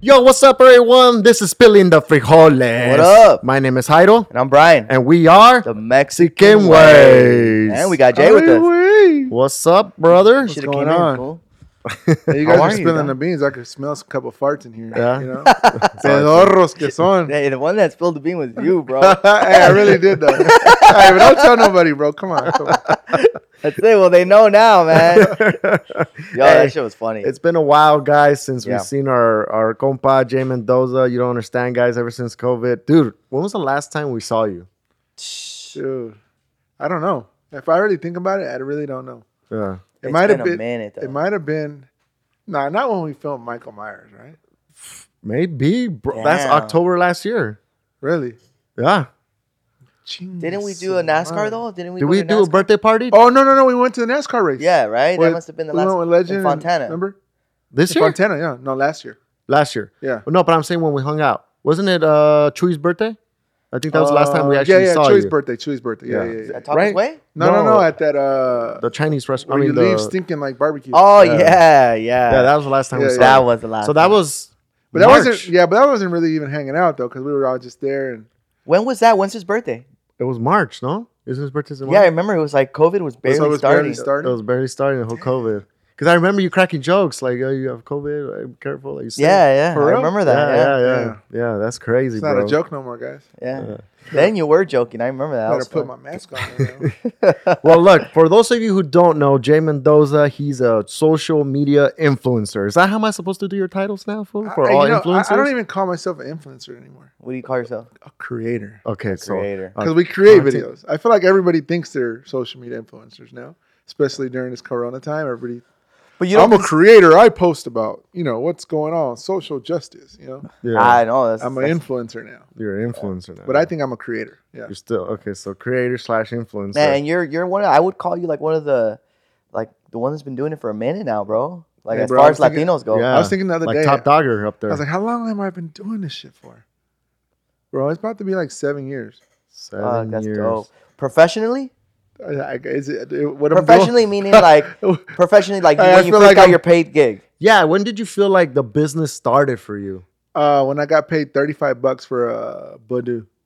Yo, what's up, everyone? This is Spilling the Frijoles. What up? My name is Jairo, And I'm Brian. and we are the Mexican Chicken Ways. And we got Jay with us. What's up, brother? Should've What's going came in, on? fool. Hey, you How guys are are you, spilling Doc? the beans. I could smell some couple farts in here. Yeah. You know? Pedorros que son. hey, Hey, the one that spilled the bean was you, bro. I really did though. hey, but don't tell nobody, bro. Come on. Come on. That's it. Well, they know now, man. Yo, Hey, that shit was funny. It's been a while, guys, since Yeah. we've seen our our compa Jay Mendoza. You don't understand, guys. Ever since COVID, dude, when was the last time we saw you? Dude, I don't know. If I really think about it, I really don't know. Yeah, It It's might have been a been. minute, though. It might have been. Nah, not when we filmed Michael Myers, right? maybe. Bro. That's Damn. October last year. Really? Yeah. Didn't we do a NASCAR though? Didn't we? Did go we to do a NASCAR? birthday party Oh no no no! We went to the NASCAR race. Yeah, right. With- that must have been the we last went with Legend in and- Fontana. remember? this In year? Fontana, yeah. No, last year. Last year. Yeah. No, but I'm saying when we hung out, wasn't it uh Chewy's birthday? I think that was the last time we Uh, actually yeah, yeah, saw Chewy's you. birthday. Chewy's birthday. Yeah, Yeah. yeah, yeah. At Taco's Right? Way? No, no, No. no, At that uh, The Chinese restaurant. where I mean, you the, leave stinking like barbecue. Oh Yeah. yeah, yeah. yeah, that was the last time we Yeah, saw. yeah. That you. was the last. so that time. was. But that March. wasn't yeah, but that wasn't really even hanging out though, because we were all just there and When was that? When's his birthday? It was March, no? Isn't his birthday in Yeah, I March? remember it was like COVID was barely it was starting. barely starting. It was barely starting the whole COVID. Because I remember you cracking jokes like, "Oh, you have COVID. like, Be careful." Like you said. Yeah, yeah, For I real? remember yeah, that. yeah, Yeah, yeah, yeah. That's crazy, it's bro. not a joke no more, guys. yeah. Yeah. Then you were joking. I remember that. I that was gotta put fun. my mask on. you know? well, look, for those of you who don't know, Jay Mendoza, he's a social media influencer. Is that how am I supposed to do your titles now, fool? I- For I- all you know, I- influencers? I, don't even call myself an influencer anymore. What do you call yourself? A creator. okay, so Creator. Uh, Because we create content. videos. I feel like everybody thinks they're social media influencers now, especially during this corona time. Everybody But you don't. I'm a creator. I post about, you know, what's going on, social justice, you know. yeah, I know. That's, I'm that's- an influencer now. you're an influencer now. But I think I'm a creator. Yeah. you're still okay. So creator slash influencer. man, and you're you're one. Of, I would call you like one of the, like the one that's been doing it for a minute now, bro. Like Hey, as bro, I far as was thinking- Latinos go, Yeah. I was thinking the other like day. top dogger up I there. was like, how long have I been doing this shit for? Bro, it's about to be like seven years. Seven Fuck, that's years. dope. Professionally, I, I, is it, what I'm doing- professionally meaning like professionally, like I- I when you feel first like got I'm- your paid gig. Yeah, when did you feel like the business started for you? uh, when I got paid 35 bucks for uh, Badu.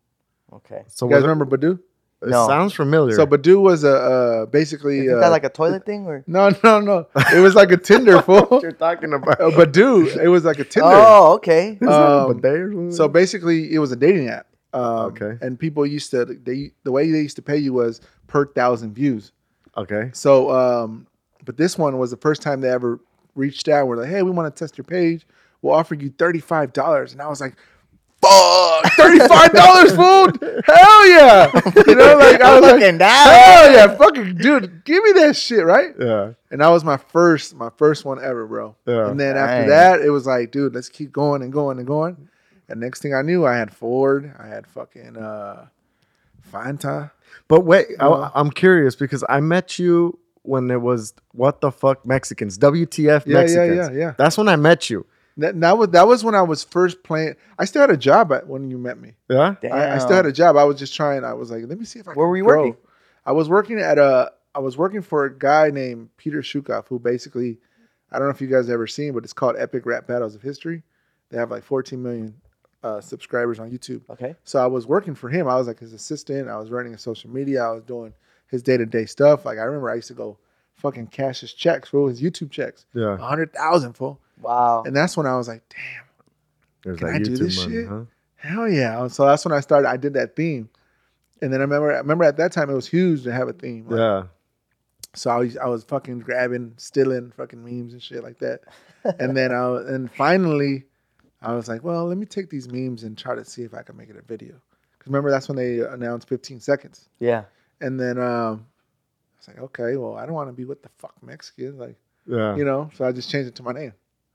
Okay. So You guys was it- remember Badu? It No. sounds familiar. So Badu was a uh, basically. Isn't uh, that like a toilet thing or? no, no, no. It was like a Tinder, fool. you're talking about Uh, Badu, it was like a Tinder. Oh, okay. um, So so basically, it was a dating app. Um, Okay. And people used to, they the way they used to pay you was per thousand views. okay, So, um, but this one was the first time they ever reached out. We're like, hey, we want to test your page. We'll offer you thirty-five dollars, and I was like, fuck, thirty-five dollars, food, hell yeah, you know, like I was like, Fucking down. hell yeah, fucking dude, give me that shit, right? yeah, And that was my first, my first one ever, bro. yeah. And then Dang. after that, it was like, dude, let's keep going and going and going. And next thing I knew, I had Ford, I had fucking uh, Fanta. But wait, Yeah. I, I'm curious because I met you when it was what the fuck Mexicans, WTF Yeah, yeah, Mexicans. yeah, yeah. That's when I met you. That, that was that was when I was first playing. I still had a job at, when you met me. Yeah, I, I still had a job. I was just trying. I was like, let me see if I. Where can were you grow. working? I was working at a. I was working for a guy named Peter Shukoff, who basically, I don't know if you guys ever seen, but it's called Epic Rap Battles of History. They have like 14 million uh, subscribers on YouTube. Okay. So I was working for him. I was like his assistant. I was running his social media. I was doing his day to day stuff. Like I remember, I used to go fucking cash his checks, fool, his YouTube checks, yeah. a hundred thousand, fool. Wow. And that's when I was like, damn. There's Can that I do YouTube this money, shit? huh? Hell yeah! So that's when I started. I did that theme, and then I remember. I remember at that time it was huge to have a theme. Like, Yeah, So I was, I was fucking grabbing, stealing fucking memes and shit like that. and then I was- and finally, I was like, well, let me take these memes and try to see if I can make it a video. Because remember that's when they announced 15 seconds. Yeah. And then um, I was like, okay, well, I don't want to be what the fuck Mexican, like yeah. you know. So I just changed it to my name.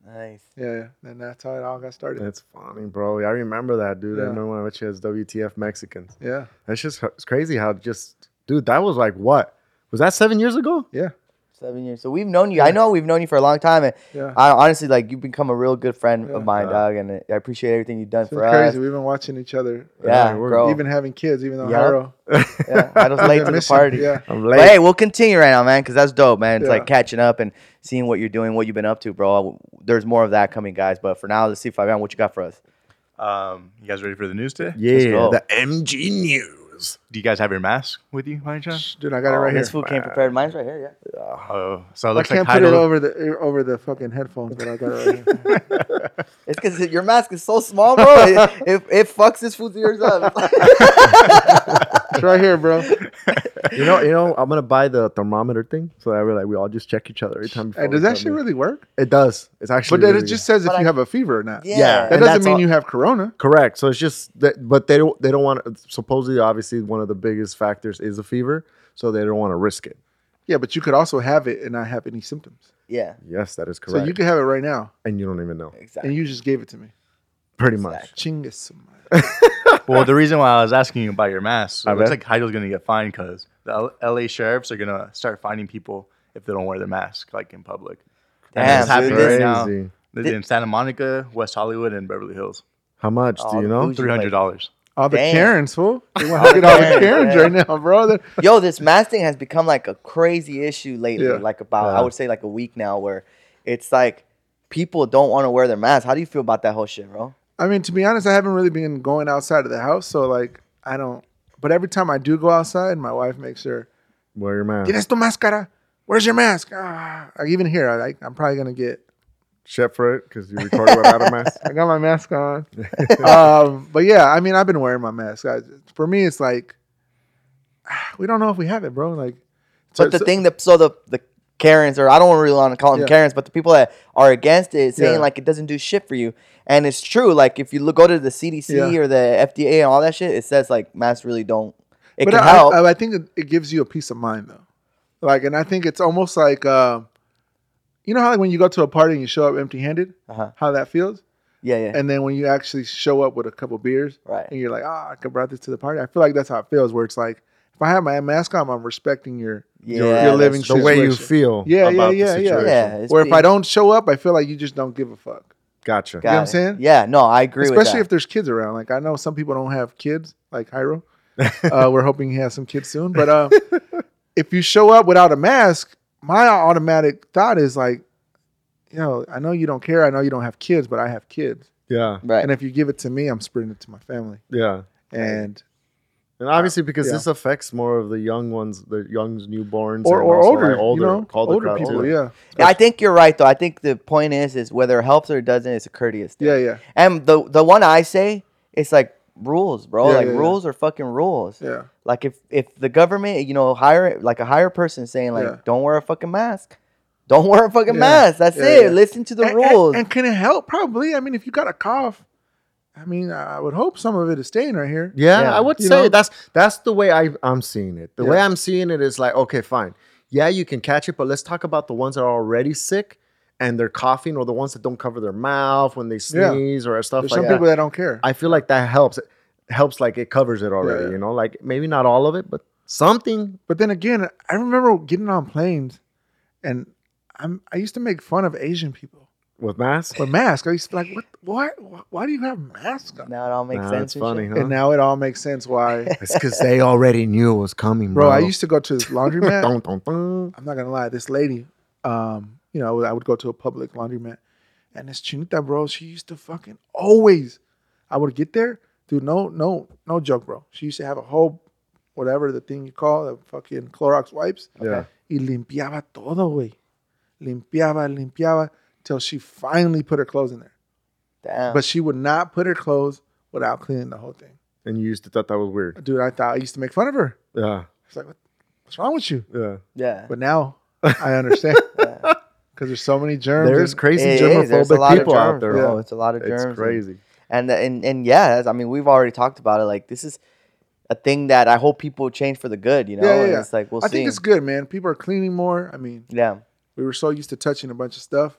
Nice. Yeah, and that's how it all got started. That's funny, bro. I remember that, dude. I Yeah. remember when I met you as WTF Mexicans. Yeah, That's just it's crazy how just dude that was like what was that seven years ago? Yeah. Seven years. So we've known you. I know we've known you for a long time, and Yeah. I honestly like you've become a real good friend Yeah. of mine, Yeah. dog. And I appreciate everything you've done It's been for us. crazy. We've been watching each other. Yeah, Yeah, we're- bro. Even having kids, even though Yeah. Jairo- yeah, I was late to the Miss you. party. Yeah. I'm But hey, we'll continue right now, man, because that's dope, man. It's Yeah. like catching up and seeing what you're doing, what you've been up to, bro. There's more of that coming, guys. But for now, let's see, Fabian, what you got for us? Um, you guys ready for the news today? Yeah, go. the MG News. Do you guys have your mask with you, by any chance? Dude, I got it Oh, right here. this fool came prepared. Mine's right here, yeah. Oh, so it I looks can't like put it title. over the over the fucking headphones, but I got it right here. It's because your mask is so small, bro. it, it, it fucks this fool's ears up. It's right here, bro. You know, you know, I'm gonna buy the thermometer thing so that we're like we all just check each other every time. before Hey, does we that come shit in. really work? It does. It's actually. But then it really- just says if But I- you have a fever or not. yeah. Yeah. and That doesn't that's mean all- you have corona. correct. So it's just that, but they don't. They don't want. Supposedly, obviously, one of the biggest factors is a fever, so they don't want to risk it. Yeah, but you could also have it and not have any symptoms. Yeah, Yes, that is correct. So you could have it right now, and you don't even know. exactly. and you just gave it to me. Pretty much. Chingus. Well, the reason why I was asking you about your mask, so I it looks bet. like Heidel's gonna get fined because the L- LA sheriffs are gonna start finding people if they don't wear their mask, like in public. And Damn, it's happening dude, this- right now. Crazy. This is in Santa Monica, West Hollywood, and Beverly Hills. How much All do you the know? bougie- Three hundred dollars. All the Damn. Karens, fool. They want to get all the Karens, Karens yeah. right now, bro. They're- Yo, this mask thing has become like a crazy issue lately. Yeah. Like about, I Yeah. would say like a week now, where it's like people don't want to wear their masks. How do you feel about that whole shit, bro? I mean, to be honest, I haven't really been going outside of the house, so like I don't. But every time I do go outside, my wife makes sure. Wear your mask. Tienes tu máscara? Where's your mask? Ah, like, even here, I like. I'm probably gonna get. Check for it because you recorded without a mask. I got my mask on. um, but yeah, I mean, I've been wearing my mask. I, for me, it's like ah, we don't know if we have it, bro. Like, But the so- thing that so the the Karens or I don't really want to call them Yeah. Karens, but the people that are against it saying Yeah. like it doesn't do shit for you, and it's true. Like if you look, go to the CDC Yeah. or the FDA and all that shit, it says like masks really don't. It but can I, help. I, I think it, it gives you a peace of mind though. Like, and I think it's almost like, uh, you know how like, when you go to a party and you show up empty-handed, Uh-huh. how that feels. yeah, yeah, And then when you actually show up with a couple beers, right. and you're like, ah, I could brought this to the party. I feel like that's how it feels. Where it's like, if I have my mask on, I'm respecting your. Yeah, you're that's living The way you Situation. feel. Yeah, yeah, about the yeah, yeah. situation. Yeah, it's Or if be- I don't show up, I feel like you just don't give a fuck. Gotcha. got know what I'm it. saying? Yeah, no, I agree. Especially if with there's kids around. Like I know some people don't have kids, like Hyro. uh, we're hoping he has some kids soon. But uh, if you show up without a mask, my automatic thought is like, you know, I know you don't care. I know you don't have kids, but I have kids. Yeah, that. right. And if you give it to me, I'm spreading it to my family. yeah. And And obviously, because Yeah. this affects more of the young ones, the young newborns, or, and or also, older, like, older, you know, older older crowd, people. older. Yeah, Yeah, I think you're right though. I think the point is is whether it helps or doesn't, it's a courteous thing. yeah, yeah, And the the one I say, it's like rules, bro. Yeah, like yeah, yeah. rules are fucking rules. yeah. Like if if the government, you know, hire like a higher person saying like, Yeah. don't wear a fucking mask, don't wear a fucking Yeah. mask. That's Yeah, it. yeah. Listen to the and, and- rules. And, can it help? Probably. I mean, if you got a cough, I mean, I would hope some of it is staying right here. Yeah, Yeah. I would You say know? that's that's the way I I'm seeing it. The way Yeah. I'm seeing it is like, okay, fine. Yeah, you can catch it, but let's talk about the ones that are already sick and they're coughing, or the ones that don't cover their mouth when they Yeah. sneeze or stuff There's like some that. people that don't care. I feel like that helps. It helps like it covers it already. Yeah. You know, like maybe not all of it, but something. But then again, I remember getting on planes, and I'm I used to make fun of Asian people With masks, with masks. I used to be like, what? Why? why- Why do you have masks on? now it all makes Nah, sense. it's funny, And huh? now it all makes sense why, It's because they already knew it was coming, bro. bro. I used to go to this laundromat. Dun, dun, dun. I'm not gonna lie, this lady, um, you know, I would go to a public laundromat, and this chinita, bro, she used to fucking always. I would get there, dude. No, no, no joke, bro. She used to have a whole, whatever the thing you call the fucking Clorox wipes. Yeah. Y limpiaba todo, güey. Limpiaba, limpiaba, till she finally put her clothes in there. Damn. But she would not put her clothes without cleaning the whole thing. And you used to thought that was weird. Dude, I thought I used to make fun of her. Yeah, It's like, what, what's wrong with you? yeah. yeah. But now I understand because there's so many germs. There's and- crazy It is. There's a germophobic lot of people out germs, there. bro. Yeah. It's a lot of germs. It's and- crazy. and and and yeah, that's- I mean, we've already talked about it. Like this is a thing that I hope people change for the good. You know, Yeah, yeah, And yeah. it's like we'll I see. think it's good, man. People are cleaning more. I mean, yeah, we were so used to touching a bunch of stuff.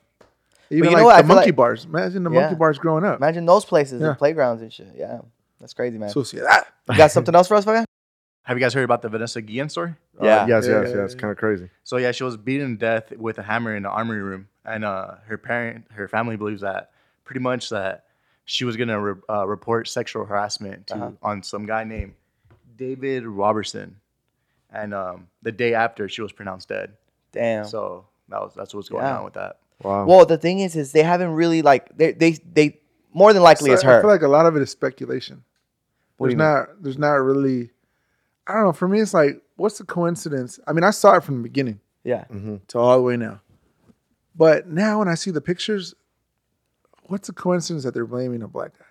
Even you know like what? I the feel monkey like- bars. Imagine the monkey Yeah. bars growing up. imagine those places, Yeah. and playgrounds and shit. Yeah, that's crazy, man. Sociedad. you got something else for us, man? Have you guys heard about the Vanessa Guillen story? Yeah. yes, Uh, Yeah, yes, yeah, yes. yeah. Kind of crazy. So yeah, she was beaten to death with a hammer in the armory room, and uh, her parent, her family believes that pretty much that she was gonna re- uh, report sexual harassment to Uh-huh. on some guy named David Robertson, and um, the day after she was pronounced dead. Damn. So that was that's what's going Yeah. on with that. Wow. well, the thing is, is they haven't really like they they they more than likely So it's I her. feel like a lot of it is speculation. What There's do you mean? not there's not really I don't know. For me it's like what's the coincidence? I mean, I saw it from the beginning yeah. Mhm. to all the way now. But now when I see the pictures, what's the coincidence that they're blaming a black guy?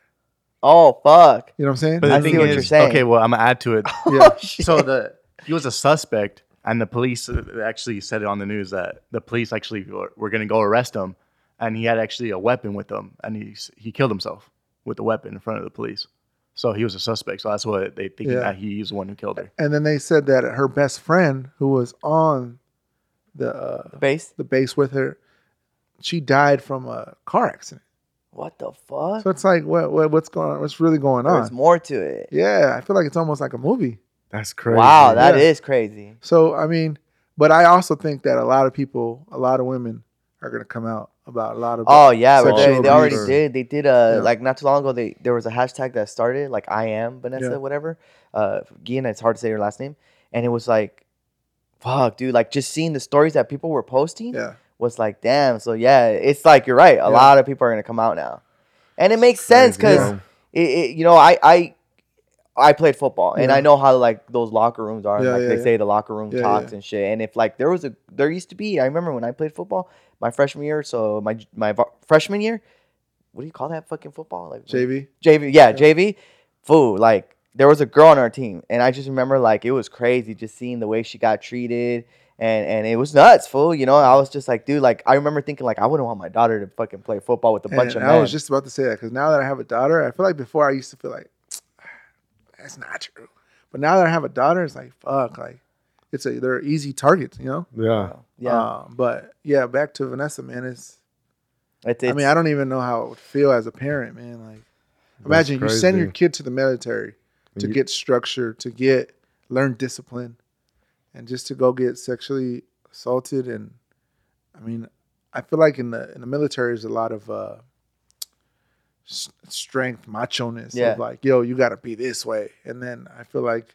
Oh fuck. You know what I'm saying? But the I see thing what is, you're saying. okay, well I'm gonna add to it. Yeah. Oh, shit. so the he was a suspect, and the police uh, actually said it on the news that the police actually were, were going to go arrest him, and he had actually a weapon with him, and he s- he killed himself with the weapon in front of the police. So he was a suspect. So that's what they think Yeah. that he's the one who killed her. and then they said that her best friend who was on the uh, base. the base with her, she died from a car accident. What the fuck? So it's like what, what what's going on? What's really going There's on? more to it. Yeah, I feel like it's almost like a movie. That's crazy. Wow, that is Yeah. crazy. So I mean, but I also think that a lot of people, a lot of women, are gonna come out about a lot of. Oh yeah, but they, Sexual they already abuse. did. They did uh Yeah. like not too long ago. They there was a hashtag that started like I am Vanessa Yeah. whatever. Uh, Gian, it's hard to say your last name, and it was like, fuck, dude. Like just seeing the stories that people were posting yeah, was like, damn. So yeah, it's like you're right. A Yeah. lot of people are gonna come out now, and it makes sense Crazy, because yeah. it, it, you know, I I I played football and I Yeah. know how like those locker rooms are. Yeah, like yeah, they yeah. say the locker room Yeah, talks and shit. And if like there was a there used to be, I remember when I played football my freshman year. So my my va- freshman year, what do you call that fucking football? Like JV. JV, yeah, Yeah. JV. Fool, like there was a girl on our team, and I just remember like it was crazy just seeing the way she got treated, and and it was nuts, fool. You know, I was just like, dude, like I remember thinking like I wouldn't want my daughter to fucking play football with a bunch And of I men. was just about to say that because now that I have a daughter, I feel like before I used to feel like "Ah, that's not true, but now that I have a daughter, it's like fuck, like it's a they're easy targets, you know. Yeah. yeah, Um, but yeah, back to Vanessa, man. It's, it's, I it's- mean, I don't even know how it would feel as a parent, man. Like, That's imagine you send your crazy. kid to the military to You- get structure, to get learn discipline, and just to go get sexually assaulted. And I mean, I feel like in the in the military is a lot of uh, s- strength, macho ness. Yeah. Of like, yo, you got to be this way. And then I feel like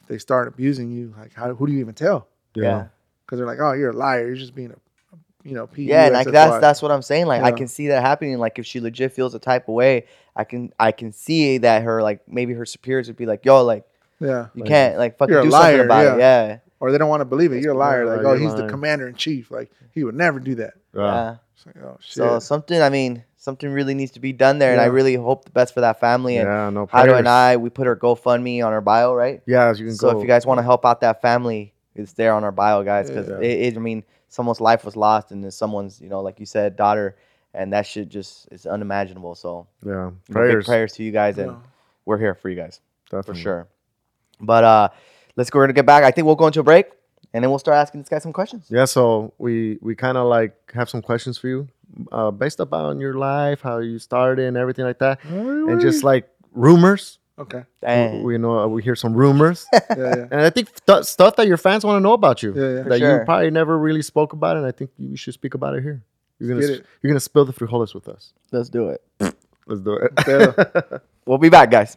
if they start abusing you, like, how who do you even tell? yeah. Because they're like, oh, you're a liar. You're just being a, you know, P. Yeah, and like that's USFY." that's what I'm saying. Like I Yeah. can see that happening. Like if she legit feels a type of way, I can I can see that her like maybe her superiors would be like, yo, like Yeah. you Like, can't like fucking you're a do liar, something about it. Or they don't want to believe it. That's You're a liar. right, Like, oh, you're he's lying. the commander in chief. Like, he would never do that. Yeah. Yeah. yeah. It's like, oh, shit. So something I mean, something really needs to be done there, and I Yeah. really hope the best for that family. And Yeah, no Hado prayers. and I, we put our GoFundMe on our bio, right? Yeah, as you can So go. if you guys want to help out that family, it's there on our bio, guys. Because Yeah. it, it, I mean, someone's life was lost, and then someone's, you know, like you said, daughter, and that shit just is unimaginable. So yeah, you know, big prayers. prayers to you guys, and Yeah. we're here for you guys for definitely. sure. But uh, let's go. We're gonna get back. I think we'll go into a break, and then we'll start asking this guy some questions. Yeah, so we we kind of like have some questions for you, uh, based upon your life, how you started, and everything like that, and just like rumors. okay. We, Dang. we know uh, we hear some rumors, Yeah, yeah. and I think th- stuff that your fans want to know about you Yeah, yeah. that sure. you probably never really spoke about, and I think you should speak about it here. You're gonna Get s- it. you're gonna spill the frijoles with us. let's do it. Let's do it. We'll be back, guys.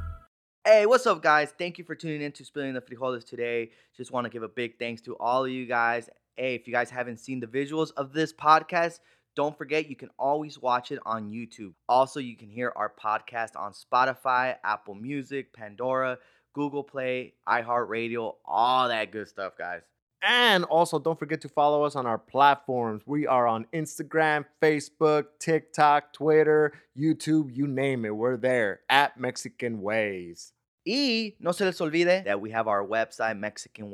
Hey, what's up, guys? Thank you for tuning in to Spilling the Frijoles today. Just want to give a big thanks to all of you guys. Hey, if you guys haven't seen the visuals of this podcast, don't forget you can always watch it on YouTube. Also, you can hear our podcast on Spotify, Apple Music, Pandora, Google Play, iHeartRadio, all that good stuff, guys. And also, don't forget to follow us on our platforms. We are on Instagram, Facebook, TikTok, Twitter, YouTube, you name it. We're there at Mexican Ways. Y no se les olvide that we have our website,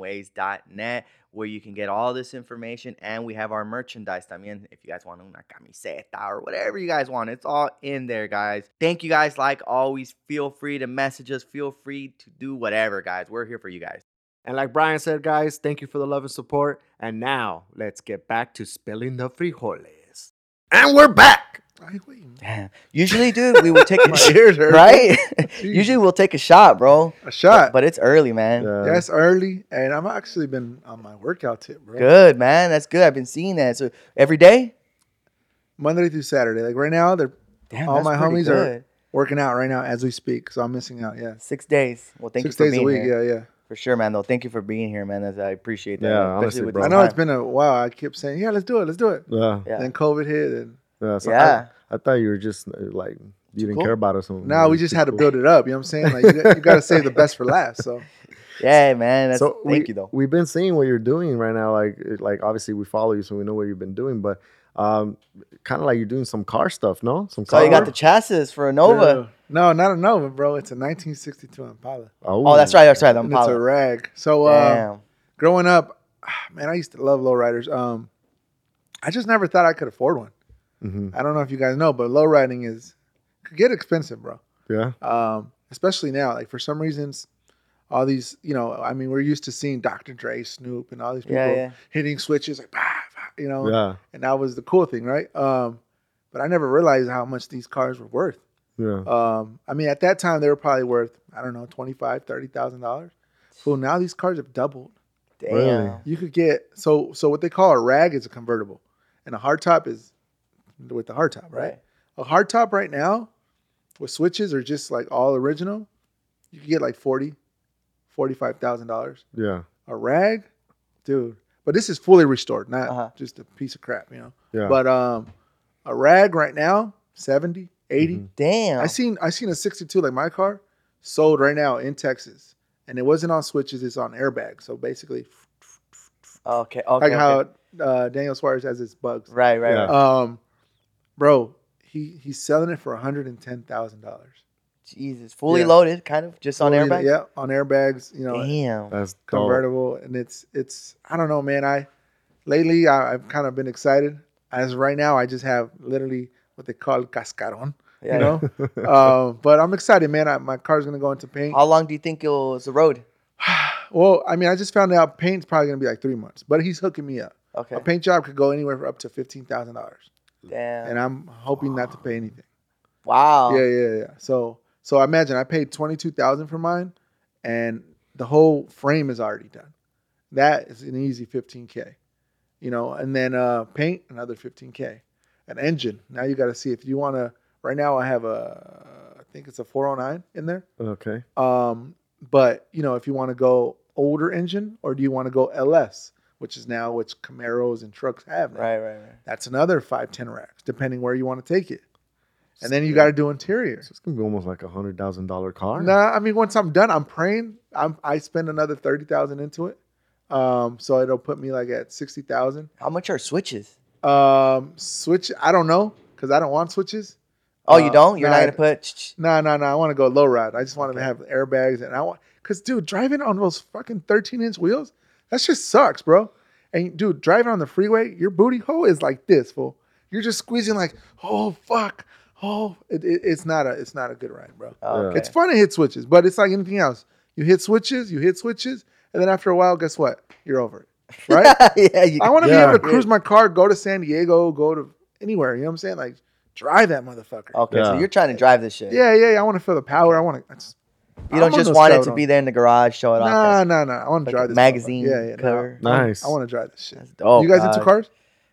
MexicanWays.net, where you can get all this information. And we have our merchandise también. If you guys want una camiseta or whatever you guys want, it's all in there, guys. Thank you guys. Like always, feel free to message us. Feel free to do whatever, guys. We're here for you guys. And like Brian said, guys, thank you for the love and support. And now let's get back to spilling the frijoles. And we're back. Ay, güey. Damn. Usually, dude, we would take a Cheers, Irving. right? Usually, we'll take a shot, bro. A shot. But uh, it's early, man. That's early, and I've actually been on my workout tip, bro. Good, man. That's good. I've been seeing that. So every day? Monday through Saturday. Like right now, they're Damn, all that's my pretty homies are working out right now as we speak, so I'm missing out. Yeah, Six days. Well, thank six you for days being a week. here. Yeah, yeah. For sure, man. Though, thank you for being here, man. As I appreciate that. Yeah, especially honestly, with bro. this I know it's time. been a while. I kept saying, "Yeah, let's do it, let's do it." Yeah. Yeah. Then COVID hit, and Yeah. so I- Yeah. I, thought you were just uh, like, you didn't cool. care about us. now we just had to build it up. You know what I'm saying? Like you, got- you got to save the best for last. So Yeah, man. That's, so thank we, you, though. We've been seeing what you're doing right now. Like, it- like obviously we follow you, so we know what you've been doing. But um, kind of like you're doing some car stuff, no? Some So car. you got the chassis for a Nova. No, not a Nova, bro. It's a 1962 Impala. Oh, that's right. That's right. The And it's a Impala. rag. So uh, Damn. growing up, ah, man, I used to love lowriders. Um, I just never thought I could afford one. Mhm. I don't know if you guys know, but lowriding is could get expensive, bro. Yeah. um, especially now. Like for some reasons, all these you know, I mean, we're used to seeing Dr. Dre, Snoop, and all these people Yeah, yeah. hitting switches like, bah, bah, you know, Yeah. and that was the cool thing, right? Um, but I never realized how much these cars were worth. Yeah. Um, I mean, at that time they were probably worth I don't know twenty five, thirty thousand dollars. Well, now these cars have doubled. Damn. Really? You could get so so what they call a rag is a convertible, and a hardtop is with the hardtop, right? Right. A hardtop right now with switches or just like all original, you could get like forty, forty-five thousand dollars. Yeah. A rag, dude. But this is fully restored, not Uh-huh. just a piece of crap, you know. Yeah. But um, a rag right now, 70, 80. Damn. I seen I seen a sixty-two like my car sold right now in Texas, and it wasn't on switches; it's on airbags. So basically, Okay. Okay. like okay. how uh, Daniel Suarez has his bugs. Right. Right. Yeah. right. Um, bro, he he's selling it for one hundred and ten thousand dollars. Jesus. Fully Yeah. loaded, kind of, just on Fully- airbags. Yeah, on airbags. You know, Damn. That's dope. convertible, and it's it's. I don't know, man. I lately I, I've kind of been excited. As right now, I just have literally what they call cascaron. yeah. You know, um, but I'm excited, man. I, my car's gonna go into paint. How long do you think it'll it's a road? Well, I mean, I just found out paint's probably gonna be like three months, but he's hooking me up. Okay. A paint job could go anywhere for up to fifteen thousand dollars, Damn. and I'm hoping not to pay anything. wow. Yeah, yeah, yeah. So, so I imagine I paid twenty two thousand for mine, and the whole frame is already done. That is an easy fifteen k, you know. And then uh, paint another fifteen k, an engine. Now you got to see if you want to. Right now I have a, I think it's a four hundred nine in there. Okay. Um, but you know, if you want to go older engine or do you want to go LS, which is now which Camaros and trucks have now. Right. Right. Right. That's another five, ten racks, depending where you want to take it. And then you got to do interior. So it's gonna be almost like a hundred thousand dollar car. Nah, I mean, once I'm done, I'm praying. I'm I spend another thirty thousand into it, um, so it'll put me like at sixty thousand. How much are switches? Um, switch, I don't know because I don't want switches. Oh, Uh, you don't? You're no, not I- gonna put. No, no, no. I want to go low ride. I just want to have airbags and I want because dude, driving on those fucking 13 inch wheels, that just sucks, bro. And dude, driving on the freeway, your booty hole is like this, fool. You're just squeezing like, oh fuck, oh. It, it, it's not a, it's not a good ride, bro. Oh, Yeah. okay. It's fun to hit switches, but it's like anything else. You hit switches, you hit switches, and then after a while, guess what? You're over it, right? yeah, you, I want to Yeah. be able to cruise my car, go to San Diego, go to anywhere. You know what I'm saying? Like, drive that motherfucker. okay. So Yeah. you're trying to drive this shit. Yeah, yeah, yeah. I want to feel the power. I want to. You don't just want it to be there in the garage, show it Nah, off. nah, nah. I want to Like drive a this. motherfucker. magazine Yeah, yeah. nah. cover. Nice. Oh, I want to drive this shit. dope, you guys into dog. cars?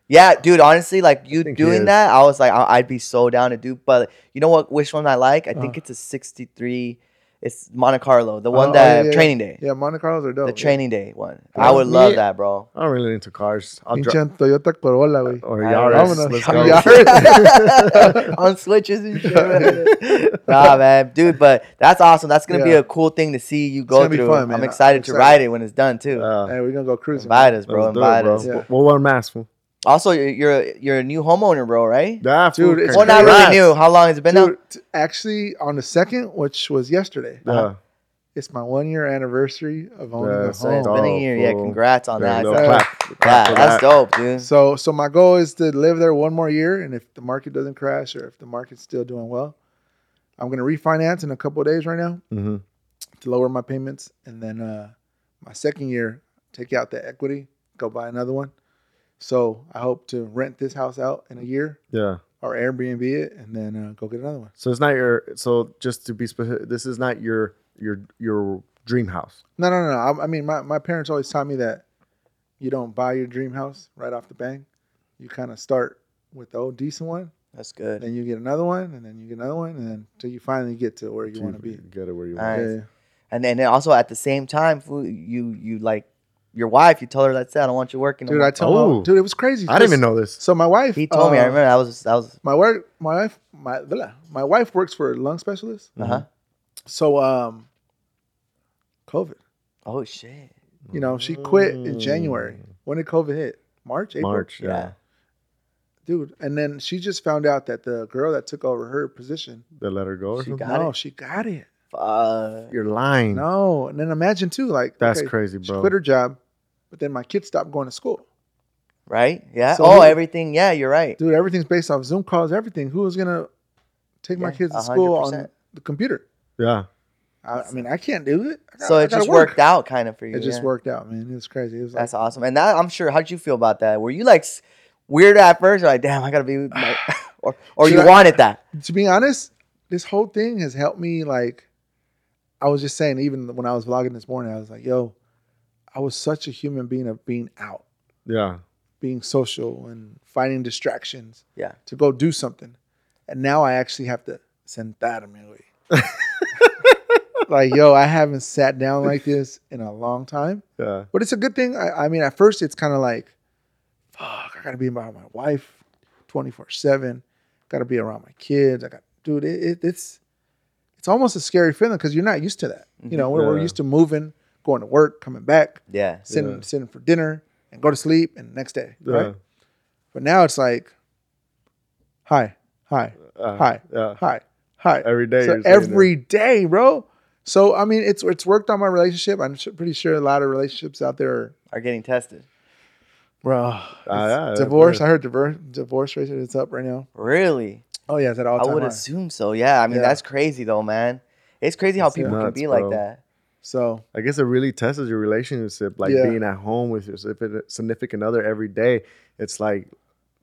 Yeah, dude. Honestly, like you think he doing is. that, I was like, I, I'd be so down to do. But you know what? Which one I like? I Uh-huh. think it's a '63. It's Monte Carlo, the one Oh, that yeah, yeah, Training Day, Yeah, Monte Carlos are dope. the yeah. Training Day one. Yeah. I would Me- love that, bro. I'm really into cars. I'll Pinche drive Toyota Corolla, güey. or I Yaris. don't know. Let's I'm go. Yaris. on switches and shit. nah, man, dude, but that's awesome. That's gonna be Yeah. a cool thing to see you gonna go be through. fun, man. I'm excited to Excited. ride it when it's done too. Uh, Hey, we're gonna go cruising. invite us, bro. let's do it, Invite us. Yeah. We'll wear masks. fool. Also, you're- you're a- you're a new homeowner, bro, right? Yeah, Dude, fool, it's Well, not congrats. really new. How long has it been Dude, out? t- actually, on the second, which was yesterday, Yeah. It's my one year anniversary of owning Uh-huh. Yeah, a same. home. Oh, Been a year, yeah. fool. Congrats Oh, on There that. you go. Yeah, Clap. Clap for that's that. dope, dude. So, so my goal is to live there one more year, and if the market doesn't crash or if the market's still doing well, I'm gonna refinance in a couple of days right now Mhm. to lower my payments, and then uh, my second year, take out the equity, go buy another one. So I hope to rent this house out in a year Yeah. or Airbnb it, and then uh, go get another one. So it's not your. So just to be specific, this is not your your your dream house. No, no, no. no. I, I mean, my, my parents always taught me that you don't buy your dream house right off the bang. You kind of start with the old decent one, That's good. then you get another one, and then you get another one, and then till you finally get to where you want to be. Get it where you All right. want. Yeah, Nice. yeah. And then and also at the same time, fool, you you like your wife. You tell her that's it. I don't want you working. no dude, more." I told Oh. dude it was crazy. I didn't even know this. So my wife, he told me. I uh, remember. I was I was. My work, my wife, my blah, my wife works for a lung specialist. Uh huh. So um, COVID, Oh shit. you know, she quit in January. When did COVID hit? March, April, March. Yeah. Yeah. dude. And then she just found out that the girl that took over her position, They let her go. Or She something? Got no, it. she got it. Fuck. You're lying. No, and then imagine too, like That's okay, crazy, She bro. quit her job, but then my kids stopped going to school. Right? Yeah. So oh, he- everything. Yeah, you're right. dude, everything's based off Zoom calls, everything. Who is gonna take my Yeah, kids to a hundred school on percent. the computer? Yeah. I, I mean, I can't do it. I got- so I it gotta just work. worked out kind of for you. It just yeah. worked out, man. It was crazy. It was like, That's awesome. And that I'm sure. How'd you feel about that? Were you like s- weird at first, or like, damn, I gotta be, with my, or or Should you I- wanted that? to be honest, this whole thing has helped me. Like, I was just saying, even when I was vlogging this morning, I was like, yo, I was such a human being of being out, Yeah. being social, and finding distractions. Yeah. To go do something, and now I actually have to sentarme. güey. like, yo, I haven't sat down like this in a long time. Yeah. But it's a good thing. I, I mean, at first, it's kind of like, fuck, I gotta be around my wife 24 7. Gotta be around my kids. I got, dude, it, it, it's it's almost a scary feeling because you're not used to that. You know, we're, we're Yeah. used to moving, going to work, coming back, Yeah. sitting, Yeah. sitting for dinner, and go to sleep, and next day. Yeah. Right. But now it's like, hi, hi, Uh, hi, Yeah. hi, hi. Every day. So you're saying every day, bro. So I mean, it's it's worked on my relationship. I'm su- pretty sure a lot of relationships out there are Are getting tested. Bro, it's- yeah, that's divorce. weird. I heard divorce divorce rate is up right now. Really? Oh yeah, is that all I time would high. assume so. Yeah. I mean, Yeah. that's crazy though, man. It's crazy how That's people can nuts, be like bro. that. So I guess it really tests your relationship, like Yeah. being at home with your significant- significant other every day. It's like,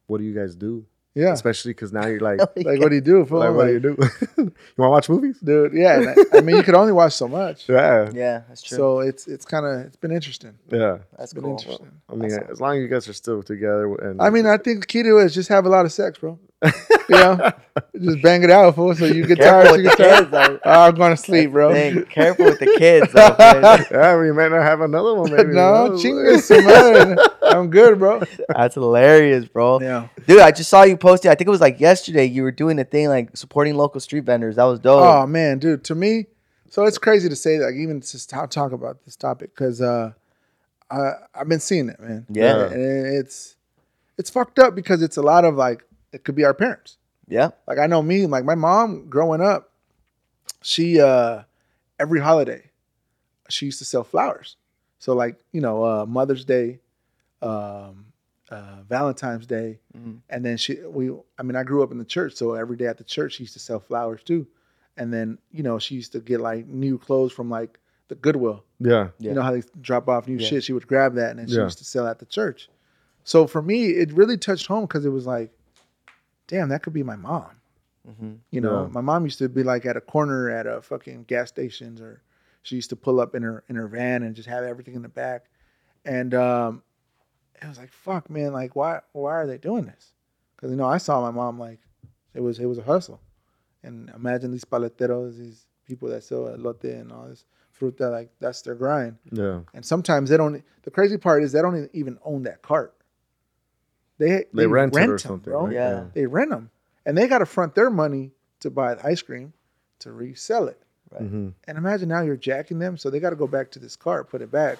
what do you guys do? yeah, Especially because now you're like, like what do you do? Fool? like, what do you do? you want to watch movies? dude? Yeah, and I, I mean you could only watch so much. Yeah, Yeah, that's true. So it's it's kind of it's been interesting. yeah. that's It's been cool. interesting. I mean, as long as you guys are still together, and I mean, I think the key to it is just have a lot of sex, bro. You know, just bang it out, fool. So you get Careful tired, with you the get tired. Oh, kids, though. I'm going to sleep, bro. Dang, careful with the kids. Though, man. yeah, we may not have another one. Maybe, no, you know? chingas, su madre. I'm good, bro. that's hilarious, bro. Yeah. Dude, I just saw you posting. I think it was like yesterday. You were doing a thing like supporting local street vendors. That was dope. Oh man, dude, to me, so it's crazy to say that even to stop talk about this topic because uh, I I've been seeing it, man. Yeah. and it's it's fucked up because it's a lot of like it could be our parents. yeah. Like I know me, like my mom growing up, she uh every holiday she used to sell flowers. So like, you know, uh Mother's Day, um uh Valentine's Day, Mhm. and then she we I mean, I grew up in the church, so every day at the church she used to sell flowers too. And then, you know, she used to get like new clothes from like the Goodwill. yeah, Yeah. You know how they drop off new Yeah. shit. She would grab that and then she Yeah. used to sell at the church. So for me, it really touched home because it was like, damn, that could be my mom. Mhm. You know, Yeah. my mom used to be like at a corner at a fucking gas stations, or she used to pull up in her in her van and just have everything in the back. And um, it was like, fuck, man, like why why are they doing this? Because you know, I saw my mom like it was it was a hustle, and imagine these paleteros, these people that sell elote and all this fruta, like that's their grind. yeah. And sometimes they don't. e, The crazy part is they don't even own that cart. They they, They rent, it or 'em, something. bro right? Yeah. they rent them and they got to front their money to buy the ice cream to resell it Mhm. and imagine now you're jacking them so they got to go back to this cart put it back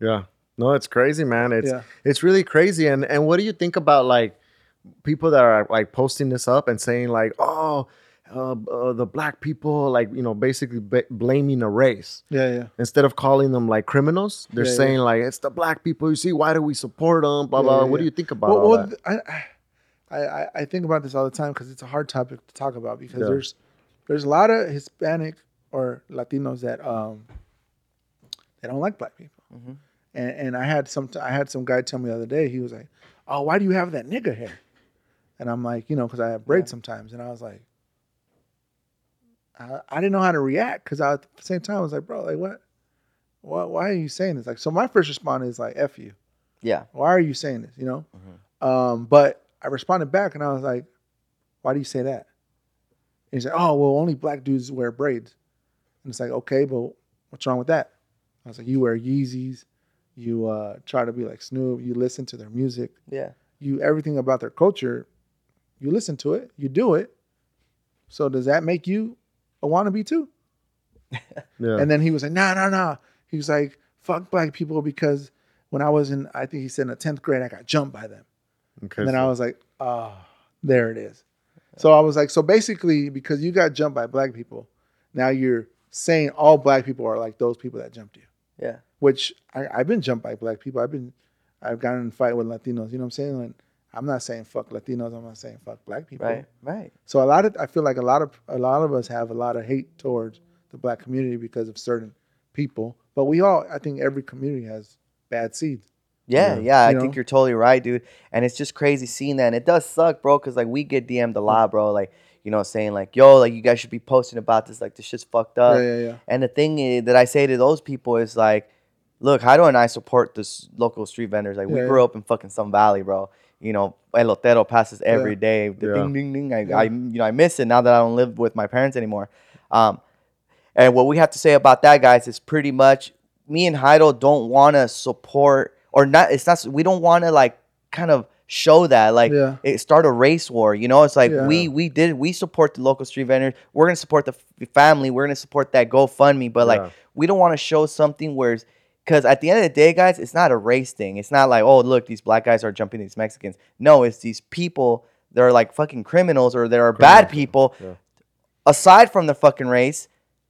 Yeah. No, it's crazy, man. It's Yeah. it's really crazy. And and what do you think about like people that are like posting this up and saying like, oh, uh, uh, the black people, like you know, basically ba- blaming a race Yeah, yeah. instead of calling them like criminals. They're Yeah, yeah. saying like it's the black people. You see, why do we support them? Blah Yeah, blah. yeah, What yeah. do you think about well, all well, that? th- I, I, I, I think about this all the time because it's a hard topic to talk about because Yeah. there's there's a lot of Hispanic or Latinos that um they don't like black people, Mm-hmm. Mhm. and and I had some I had some guy tell me the other day he was like, oh why do you have that nigga hair, and I'm like you know because I have braids sometimes and I was like. I, I didn't know how to react because I at the same time I was like, bro, like what, what, why are you saying this? Like, so my first response is like, "F you," Yeah. why are you saying this? You know? Um, but I responded back and I was like, why do you say that? And he said, oh, well, only black dudes wear braids. And it's like, okay, but what's wrong with that? I was like, you wear Yeezys. You uh, try to be like Snoop. You listen to their music. Yeah. You everything about their culture. You listen to it. You do it. So does that make you a wannabe too? Yeah. And then he was like, no, no, no. He was like, fuck black people because when I was in, I think he said in the 10th grade, I got jumped by them. okay, And then so- I was like, oh, there it is. So I was like, so basically, because you got jumped by black people, now you're saying all black people are like those people that jumped you. Yeah. Which I, I've been jumped by black people. I've been, I've gotten in a fight with Latinos. You know what I'm saying? And I'm not saying fuck Latinos. I'm not saying fuck black people. Right. Right. So a lot of I feel like a lot of a lot of us have a lot of hate towards the black community because of certain people. But we all I think every community has bad seeds. Yeah, yeah, I You think know? you're totally right, dude. And it's just crazy seeing that. And it does suck, bro, because like we get DM'd a lot, bro. Like, you know, saying like, yo, like you guys should be posting about this. Like, this shit's fucked up. Uh, yeah, yeah, yeah. And the thing i- that I say to those people is like, look, Heido and I support this local street vendors. Like, we Yeah, grew up in fucking Sun Valley, bro. You know, El Otero passes every day. The Yeah. Ding, ding, ding. I, Yeah. I, you know, I miss it now that I don't live with my parents anymore. Um, and what we have to say about that, guys, is pretty much me and Heido don't want to support or not. It's not. We don't want to like kind of show that like uh, Yeah. it start a race war. You know, it's like Yeah. we we did we support the local street vendors. We're gonna support the f- family. We're gonna support that GoFundMe. But like Yeah. we don't want to show something where. Because at the end of the day, guys, it's not a race thing. It's not like, oh, look, these black guys are jumping these Mexicans. No, it's these people that are like fucking criminals or that are bad people. yeah. Aside from the fucking race,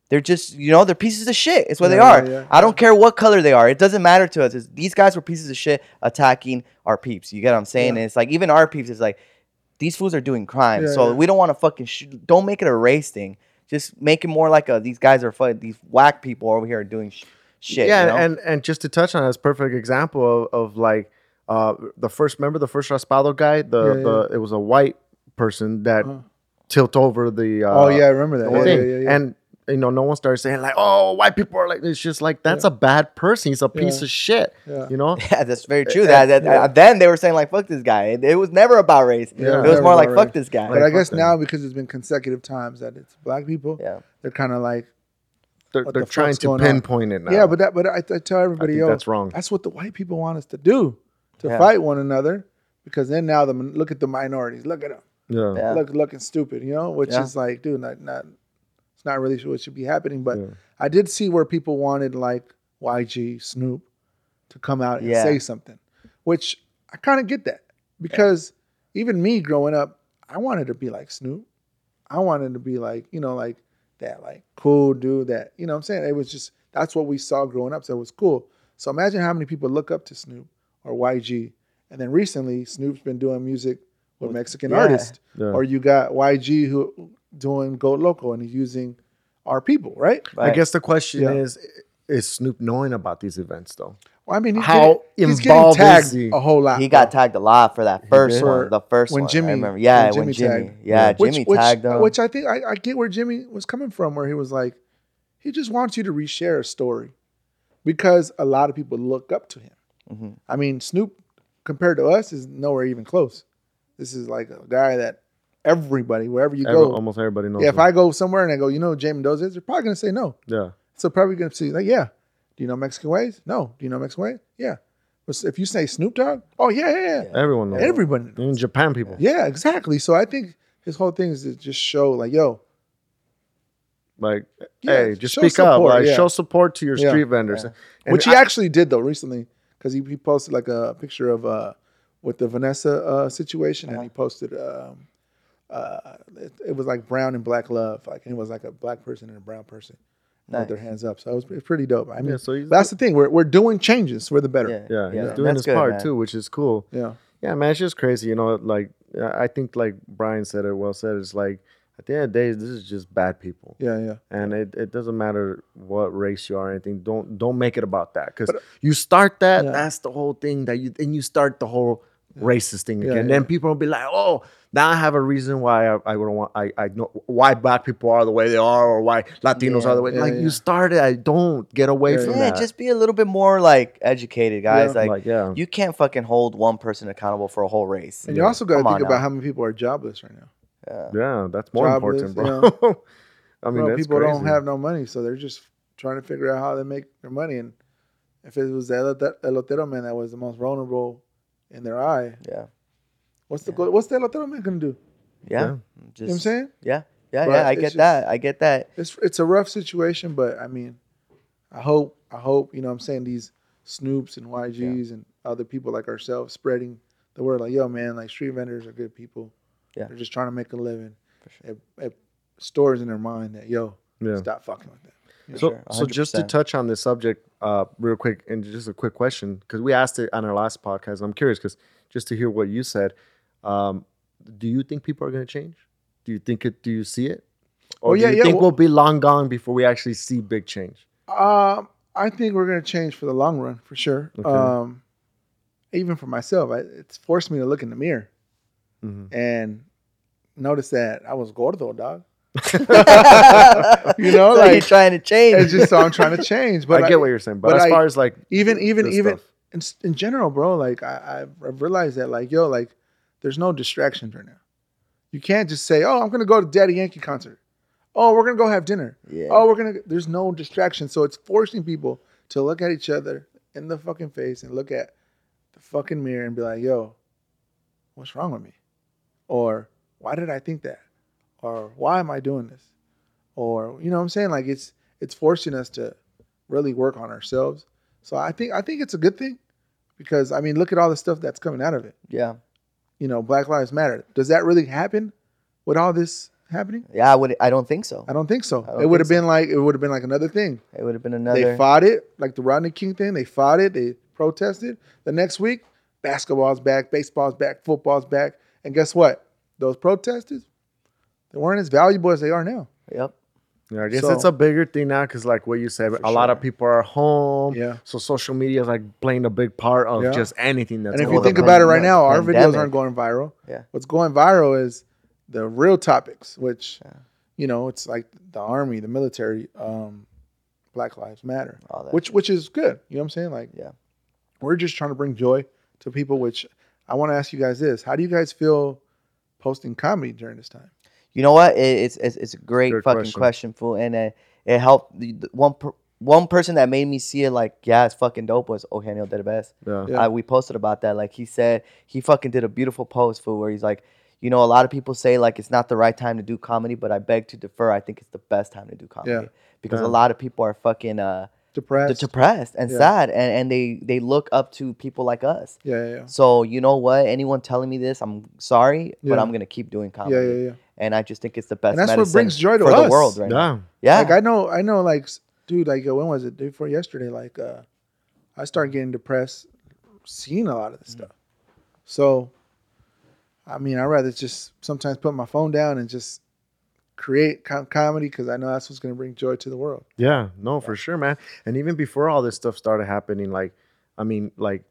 they're just, you know, they're pieces of shit. It's what they Yeah, are. yeah, yeah. I don't care what color they are. It doesn't matter to us. It's, these guys were pieces of shit attacking our peeps. You get what I'm saying? Yeah. And it's like, even our peeps is like, these fools are doing crime. Yeah, so yeah. we don't want to fucking, sh- don't make it a race thing. Just make it more like a, these guys are, fu- these whack people over here are doing sh- shit. Yeah, you know? and and just to touch on that's perfect example of, of like uh the first remember the first Raspado guy, the Yeah, the it was a white person that Uh-huh. tilt over the uh, oh yeah, I remember that. the Yeah, thing. yeah, yeah, yeah. And you know, no one started saying like, "Oh, white people are like." It's just like that's a bad person. He's a piece Yeah. of shit. Yeah. You know. Yeah, that's very true. That, that yeah. uh, then they were saying like "fuck this guy." It, it was never about race. Yeah, it was never more like about "fuck race. this guy." but I Like, guess fuck now because it's been consecutive times that it's black people, yeah, they're kind of like, They're, What they're the trying fuck's to going on? pinpoint it now. yeah, but that, but I, I tell I everybody think else that's wrong. That's what the white people want us to do, to Yeah. fight one another, because then now the min- look at the minorities, look at them. yeah. yeah, look looking stupid, you know, which Yeah. is like, dude, not not it's not really what should be happening. But Yeah. I did see where people wanted like YG Snoop to come out and Yeah. say something, which I kind of get that because even me growing up, I wanted to be like Snoop. I wanted to be like you know like that like cool dude that you know what I'm saying it was just that's what we saw growing up, so it was cool. So imagine how many people look up to Snoop or YG. And then recently, Snoop's been doing music with Mexican yeah. artists Yeah. or you got YG who doing Go Loco and he's using our people, right? I Right. guess the question Yeah. is, is Snoop knowing about these events though? Well, I mean, he's How getting, he's involved getting tagged is he? a whole lot. he got bro. tagged a lot for that first did? one. The first when one, I Jimmy, remember. yeah, when Jimmy, tagged. yeah, Which- Jimmy which, tagged him. Which I think I, I get where Jimmy was coming from, where he was like, he just wants you to reshare a story because a lot of people look up to him. Mhm. I mean, Snoop compared to us is nowhere even close. This is like a guy that everybody, wherever you Every- go, almost everybody knows. yeah, if him. I go somewhere and I go, you know, who Jamie Does is, they're probably gonna say no. yeah, So probably gonna see like, yeah. Do you know Mexican ways? No. Do you know Mexican ways? Yeah. But if you say Snoop Dogg, oh yeah, yeah, yeah. everyone knows. him. Everybody. knows. even Japan people. Yeah, exactly. So I think his whole thing is to just show like, yo, Like, Yeah, hey, just show speak up. support, Like, yeah. show support to your Yeah. street vendors. And which he I- actually did though recently because he, he posted like a picture of uh with the Vanessa uh situation and he posted um uh, it, it was like brown and black love. Like it was like a black person and a brown person with their hands up. So it was pre- pretty dope. I mean, so he's- that's the thing. We're we're doing changes. We're the better. Yeah. Yeah, he's Yeah. doing That's his good, part man. too, which is cool. Yeah. Yeah, man, it's just crazy. You know, like I I think like Brian said it well said. It's like at the end of the day, this is just bad people. Yeah. Yeah. and it, it doesn't matter what race you are or anything don't don't make it about that because you start that uh, Yeah. that's the whole thing that you and you start the whole racist thing Yeah, again yeah. then people will be like oh now i have a reason why i, I wouldn't want i i know why black people are the way they are or why latinos Yeah, are the way yeah, like yeah. you started i don't get away Yeah, from Yeah, that just be a little bit more like educated, guys. Yeah. like, Like, yeah. you can't fucking hold one person accountable for a whole race. And you also got to Come on think about now. how many people are jobless right now. Yeah. yeah that's more Jobless, important bro i mean Bro, that's people don't crazy. have no money, so they're just trying to figure out how they make their money. And if it was the elot- elotero man that was the most vulnerable in their eye, Yeah. what's the go- what's the elotero man gonna do? Yeah. Yeah. Just, You know what I'm saying? Yeah. Yeah. But yeah. I it's get just- that. I get that. It's it's a rough situation, but I mean, I hope I hope you know what I'm saying these Snoops and YGs and other people like ourselves spreading the word like yo man like street vendors are good people. Yeah. they're just trying to make a living. It, it stores in their mind that yo Yeah. stop fucking with them. So, sure, so just to 100%. touch on this subject, uh, real quick, and just a quick question, because we asked it on our last podcast. I'm curious, because just to hear what you said, um, do you think people are going to change? Do you think it? Do you see it? Or Oh, yeah, do you yeah, think well- we'll be long gone before we actually see big change? Um, I think we're gonna change for the long run for sure. Okay. Um, even for myself, I, it's forced me to look in the mirror Mm-hmm. Mhm. and notice that I was gordo, dog. you so know, you're like trying to change. it's just so I'm trying to change. But I get what you're saying, but, but as I- far as like even even this even stuff. in, s- in general, bro. Like I I- I've realized that like yo, like there's no distractions right now. You can't just say, oh, I'm gonna go to Daddy Yankee concert. Oh, we're gonna go have dinner. Yeah. Oh, we're gonna. There's no distraction, so it's forcing people to look at each other in the fucking face and look at the fucking mirror and be like, yo, what's wrong with me? Or why did I think that? Or why am I doing this? Or you know what I'm saying? Like it's it's forcing us to really work on ourselves. So I think I think it's a good thing because I mean look at all the stuff that's coming out of it. yeah. You know, Black Lives Matter. Does that really happen with all this happening? Yeah. I would. I don't think so. I don't think so. don't it would have think so. been like it would have been like another thing. It would have been another. They fought it, like the Rodney King thing. They fought it. They protested. The next week, basketball's back, baseball's back, football's back, and guess what? Those protesters, they weren't as valuable as they are now. Yep. Yeah, I guess So- it's a bigger thing now because, like what you said, a lot of people are home. Yeah. So social media is like playing a big part of Yeah. just anything that's. And if going you think on. about it right the now, our videos pandemic. aren't going viral. Yeah. What's going viral is the real topics, which, you know, it's like the army, the military, um, Black Lives Matter, All that. which which is good. You know what I'm saying? Like, Yeah. we're just trying to bring joy to people. Which I want to ask you guys this: How do you guys feel posting comedy during this time? You know what? It, it's, it's it's a great Good fucking question. question, fool, and uh, it helped. The, the one per, one person that made me see it like, yeah, it's fucking dope was Eugenio Derbez. Yeah. Yeah. Uh, we posted about that. Like he said, he fucking did a beautiful post, fool, where he's like, you know, a lot of people say like it's not the right time to do comedy, but I beg to defer. I think it's the best time to do comedy Yeah. because Yeah. a lot of people are fucking uh Depressed. depressed and Yeah. sad, and and they they look up to people like us. yeah, yeah, yeah. So you know what? Anyone telling me this, I'm sorry, but Yeah. I'm gonna keep doing comedy. Yeah, yeah, yeah. And I just think it's the best. And that's what medicine brings joy to for the us. world right now. Yeah. Yeah, Like I know, I know, like s- dude, like yo, when was it? Day before yesterday, like uh I started getting depressed, seeing a lot of this Mm. stuff. So, I mean, I rather just sometimes put my phone down and just create com- comedy because I know that's what's going to bring joy to the world. Yeah, no, for sure, man. And even before all this stuff started happening, like, I mean, like,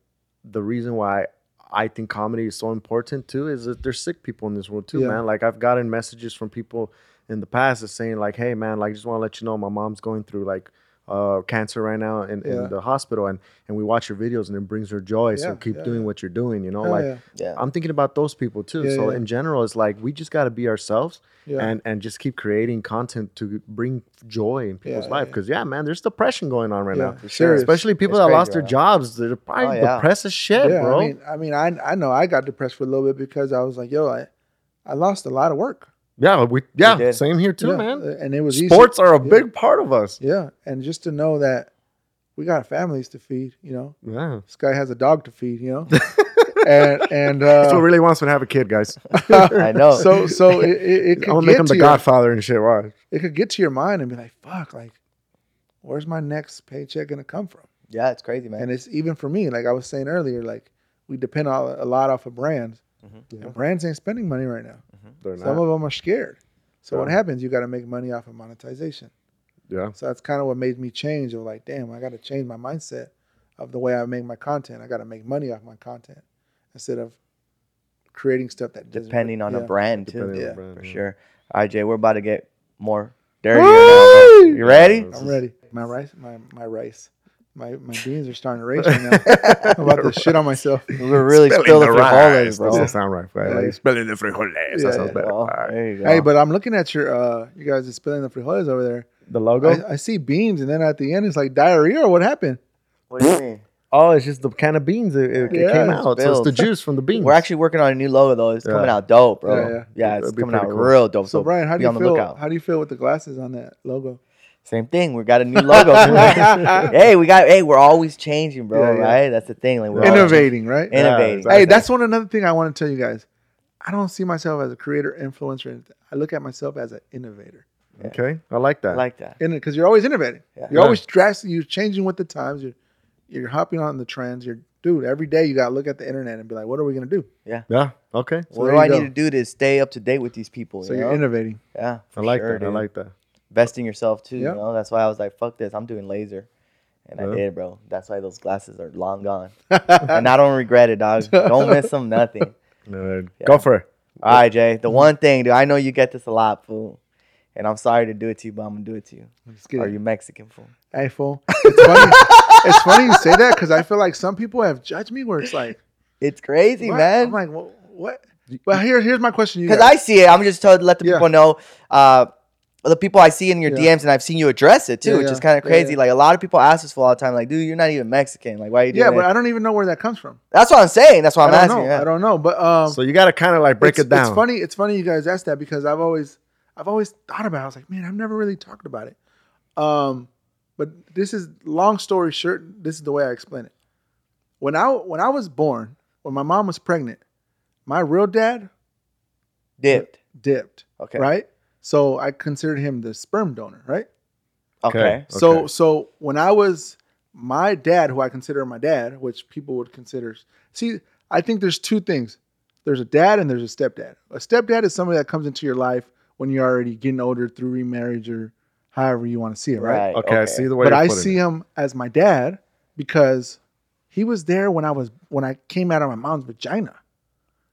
the reason why I think comedy is so important too is that there's sick people in this world too, Yeah. man. Like, I've gotten messages from people in the past that's saying, like, hey, man, like, just want to let you know my mom's going through like uh, cancer right now in, Yeah. in the hospital, and and we watch your videos and it brings her joy. so Yeah, keep yeah, doing what you're doing, you know, Yeah, like. yeah. yeah. I'm thinking about those people too. Yeah, so yeah. in general, it's like we just got to be ourselves Yeah. and and just keep creating content to bring joy in people's Yeah, life. yeah. Because yeah. man, there's depression going on right Yeah, now. for sure. Especially people It's that crazy lost their right now. jobs, they're probably Oh, yeah. depressed as shit, yeah, bro. I mean, I mean, I I know I got depressed for a little bit because I was like, yo, I I lost a lot of work. yeah, we yeah, did. same here too, Yeah. man. And it was easy- Sports are a Yeah. big part of us. Yeah, and just to know that we got families to feed, you know. Yeah, This guy has a dog to feed, you know. and and That's what uh, really wants me to have a kid, guys. I know. so so it, it, it I'm could gonna get make him to the your- Godfather and shit. Why? it could get to your mind and be like, fuck, like, where's my next paycheck gonna come from? yeah, it's crazy, man. And it's even for me, like I was saying earlier, like we depend all, a lot off of brands, and brands ain't spending money right now. Mm-hmm. They're Some not. of them are scared. So what Yeah. happens? You got to make money off of monetization. Yeah. So that's kind of what made me change. Of like, damn, I got to change my mindset of the way I make my content. I got to make money off my content instead of creating stuff that doesn't- depending on yeah. a brand too. Depending on the yeah, brand, for yeah. sure. All right, Jay, we're about to get more dirty. now, bro. you ready? Yeah. I'm ready. My rice, my my rice, my my beans are starting to race right now. I'm about to shit on myself. We're really spilling the frijoles, bro. Doesn't sound right. right? Yeah. Like, spelling the frijoles. That sounds yeah. better. Well, All right. there you go. Hey, but I'm looking at your uh, you guys are spilling the frijoles over there. The logo. I, I see beans, and then at the end it's like diarrhea. Or what happened? what do you mean? oh, it's just the can of beans. It, it- it Yeah, came out. it's So it's the spilled. juice from the beans. We're actually working on a new logo though. It's coming Yeah. out dope, bro. Yeah, Yeah, yeah. it's That'd be coming out pretty cool. real dope. So, Brian, how do be you on the feel? lookout. How do you feel with the glasses on that logo? Same thing. We got a new logo. hey, we got. Hey, we're always changing, bro. Yeah, yeah. Right? That's the thing. Like we're always Innovating, right? Yeah, innovating. exactly. Hey, that's one another thing I want to tell you guys. I don't see myself as a creator, influencer. or anything. I look at myself as an innovator. okay. I like I that. like that. In because you're always innovating. Yeah. You're always dressed. You're changing with the times. You're you're hopping on the trends. You're dude. Every day you gotta look at the internet and be like, what are we gonna do? yeah. Okay. what there do you I go. need to do to stay up to date with these people? So you you're know? innovating. yeah, I for like sure, that. I dude. like that. invest in yourself too. Yeah. You know, that's why I was like, "Fuck this! I'm doing laser," and Yeah. I did, bro. That's why those glasses are long gone, Uh, and I don't regret it, dog. Don't miss them, nothing. Uh, Go for it. All right, Jay. The one thing, dude, I know you get this a lot, fool, and I'm sorry to do it to you, but I'm gonna do it to you. Let's get Are it. you Mexican, fool? Hey, fool. It's funny. it's funny you say that because I feel like some people have judged me where it's like, It's crazy, what? man. I'm like, well, what? Well, here, here's my question. to You Because guys. I see it. I'm just told to let the Yeah. people know. Uh, the people I see in your Yeah. DMs, and I've seen you address it too, Yeah, which yeah. is kind of Yeah, crazy. yeah. Like a lot of people ask us for all the time, like, "Dude, you're not even Mexican. Like, why are you doing yeah, but it?" I don't even know where that comes from. That's what I'm saying. That's what I I'm don't asking. know. yeah. I don't know. But um, So you got to kind of like break it's- it down. It's funny. It's funny you guys asked that because I've always, I've always thought about. it. I was like, man, I've never really talked about it. Um, but this is long story short. This is the way I explain it. When I when I was born, when my mom was pregnant, my real dad Dipped. dipped. Okay. Right. So I considered him the sperm donor. Right. Okay. So so when I was my dad, who I consider my dad, which people would consider see, I think there's two things. There's a dad and there's a stepdad. A stepdad is somebody that comes into your life when you're already getting older through remarriage or however you want to see it, right? Okay, I see the way. But you're I putting see it. him as my dad because he was there when I was when I came out of my mom's vagina.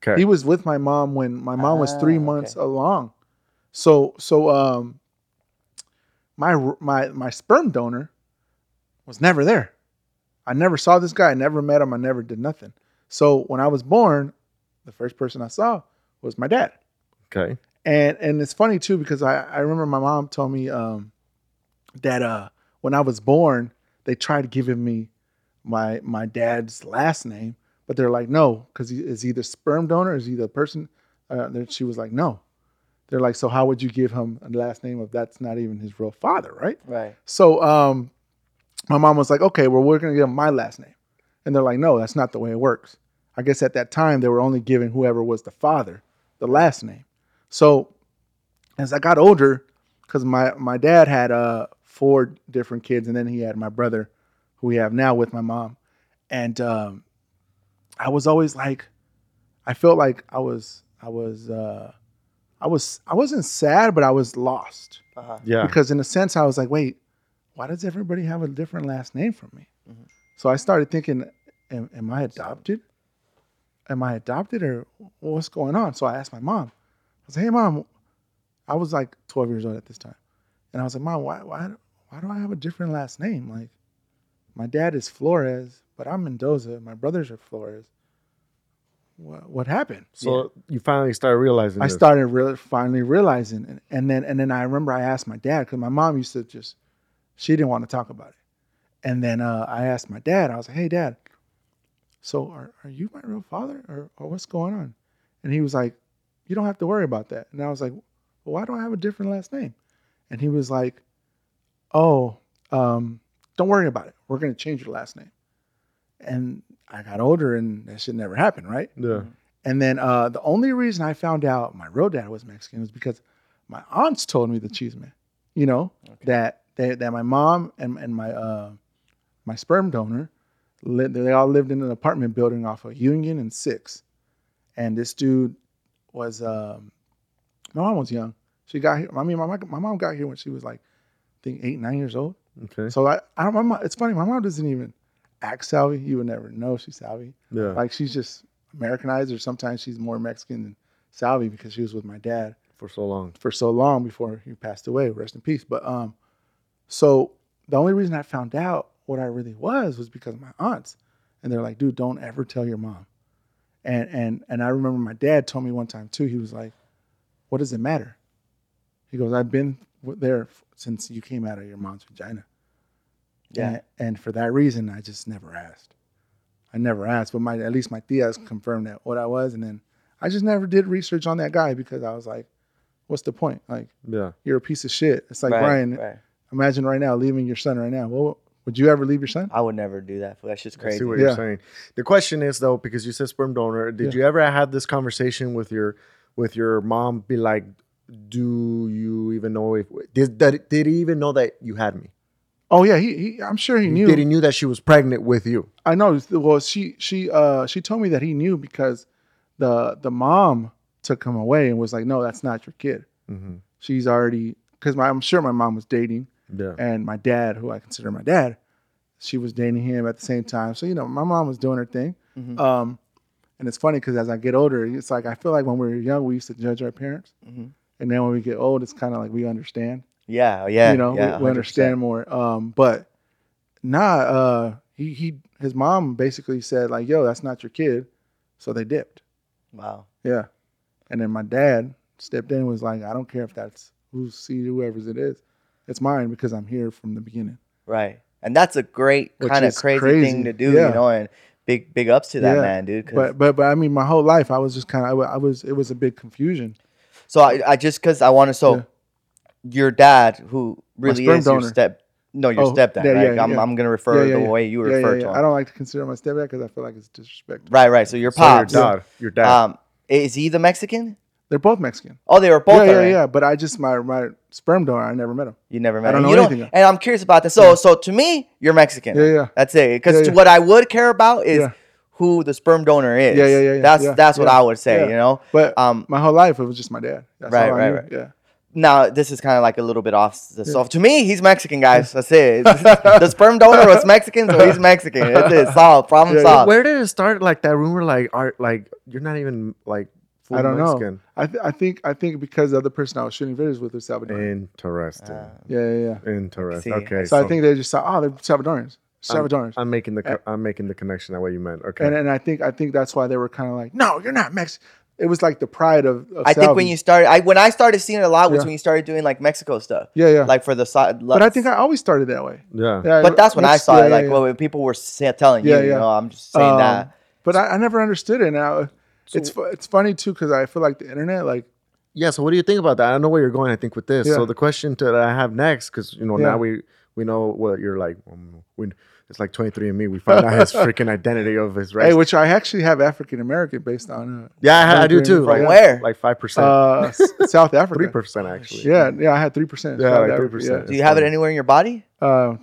Okay. He was with my mom when my mom was three Ah, months along. So so um my my my sperm donor was never there. I never saw this guy, I never met him, I never did nothing. So when I was born, the first person I saw was my dad. Okay. And and it's funny too because I, I remember my mom told me um, that uh, when I was born they tried giving me my my dad's last name, but they're like no because it's either sperm donor is either person. Uh, then she was like no. They're like so how would you give him a last name if that's not even his real father, right? Right. So um, my mom was like, okay, well, we're going to give him my last name. And they're like, no, that's not the way it works. I guess at that time, they were only giving whoever was the father the last name. So as I got older, because my, my dad had uh, four different kids, and then he had my brother, who we have now with my mom. And um, I was always like, I felt like I was, I was, uh, I was, I wasn't sad, but I was lost Yeah. because in a sense I was like, wait, why does everybody have a different last name from me? So I started thinking, am, am I adopted? Am I adopted or what's going on? So I asked my mom. I was like, hey mom, I was like 12 years old at this time, and I was like, mom, why why why do I have a different last name? Like, my dad is Flores, but I'm Mendoza. My brothers are Flores. What what happened? So you finally started realizing. I this. started real finally realizing, and, and then and then I remember I asked my dad because my mom used to just she didn't want to talk about it, and then uh, I asked my dad. I was like, "Hey, dad, so are are you my real father, or, or what's going on?" And he was like, "You don't have to worry about that." And I was like, well, "Why do I have a different last name?" And he was like, "Oh, um, don't worry about it. We're gonna change your last name." And I got older and that shit never happened, right? Yeah. And then uh, the only reason I found out my real dad was Mexican was because my aunts told me the cheese man, you know, that they, that my mom and, and my uh, my sperm donor, li- they all lived in an apartment building off of Union and Six, and this dude was um, my mom was young. She got here. I mean, my, my mom got here when she was like, I think eight nine years old. Okay. So I, I don't. My mom, it's funny. My mom doesn't even act Salvi. You would never know she's Salvi. Yeah. Like she's just Americanized, or sometimes she's more Mexican than Salvi because she was with my dad for so long. um, for so long before he passed away. Rest in peace. But um, so the only reason I found out what I really was was because of my aunts, and they're like, "Dude, don't ever tell your mom." And and and I remember my dad told me one time too. He was like, "What does it matter?" He goes, "I've been w- there f- since you came out of your mom's vagina." Yeah. And, and for that reason, I just never asked. I never asked, but my at least my tias confirmed that what I was, and then I just never did research on that guy because I was like, "What's the point? Like, Yeah. you're a piece of shit." It's like Right, Brian. right. Imagine right now leaving your son right now. Well, would you ever leave your son? I would never do that. fool. That's just I crazy. see what Yeah. you're saying. The question is though, because you said sperm donor, did Yeah. you ever have this conversation with your with your mom? Be like, do you even know if did did, did he even know that you had me? Oh yeah, he, he I'm sure he knew. Did he knew that she was pregnant with you? I know. Well, she she uh she told me that he knew because the the mom took him away and was like, "No, that's not your kid. Mm-hmm. She's already." Because I'm sure my mom was dating. Yeah. and my dad, who I consider my dad, she was dating him at the same time. So you know, my mom was doing her thing. Mm-hmm. Um, and it's funny because as I get older, it's like I feel like when we were young, we used to judge our parents, Mm-hmm. and then when we get old, it's kind of like we understand. Yeah, yeah. you know, yeah, we, 100%. we understand more. Um, but nah, uh, he he, his mom basically said like, "Yo, that's not your kid," so they dipped. Wow. Yeah, and then my dad stepped in and was like, "I don't care if that's who's see whoever's it is, it's mine because I'm here from the beginning." Right. And that's a great Which kind of is crazy, crazy. thing to do, Yeah. you know, and big big ups to that Yeah. man, dude. 'cause- But but but I mean, my whole life I was just kind of I, wa- I was it was a big confusion. so I, I just cuz I want to so Yeah. your dad who really sperm is your donor. step no, your Oh, stepdad, yeah, right? yeah, I'm, yeah. I'm going to refer Yeah, yeah, the yeah. way you Yeah, yeah, refer to yeah. him. I don't like to consider my stepdad because I feel like it's disrespectful. Right, right. So your So your pops. dad, your dad. Um, is he the Mexican? They're both Mexican. Oh, they were both. yeah, yeah, alright. yeah. But I just my my sperm donor, I never met him. You never met. don't him. know You anything. And I'm curious about this. So, so to me, you're Mexican. Yeah, yeah. That's it. Yeah, Because yeah. what I would care about is Yeah. who the sperm donor is. Yeah, yeah, yeah, yeah, That's yeah, that's what yeah, I would say. yeah. You know. But Um, my whole life it was just my dad. That's Right, all I right, knew. right. Yeah. Now this is kind of like a little bit off. The, So to me, he's Mexican, guys. That's it. It's- the sperm donor was Mexican, so he's Mexican. That's it. Solved. Problem Yeah, yeah. solved. Where did it start? Like that rumor, like are like you're not even like full I don't Mexican. know. I th- I think I think because the other person I was shooting videos with was Salvadorian. Interesting. Yeah, yeah, yeah. Interesting. see. Ah, Okay. So, I think they just saw oh they're Salvadorans. Um, Salvadorans. I'm making the co- I'm making the connection that way you meant. Okay. and and I think I think that's why they were kind of like no, you're not Mexican. It was like the pride of. of I think Salvi. when you started, I when I started seeing it a lot was Yeah. when you started doing like Mexico stuff. Yeah, yeah. Like for the side. but I think I always started that way. yeah. Yeah, But that's when I mixed- saw yeah, it. yeah, Like yeah. what people were sa- telling you. Yeah, You yeah. know, I'm just saying Um, that. But I, I never understood it. Now it's fu- it's funny too because I feel like the internet, like Yeah. So what do you think about that? I know where you're going. I think with this. Yeah. So the question that I have next, because you know Yeah. now we we know what you're like. Um, when it's like 23andMe, we find out his freaking identity of his race. hey, which I actually have African American based on yeah, I, ha- I do 23andMe too. from like, where? Like five uh, percent, uh, S- South three Africa. percent actually. Yeah, yeah, I had three percent. Yeah, like 3%. Do you have it anywhere in your body? Uh,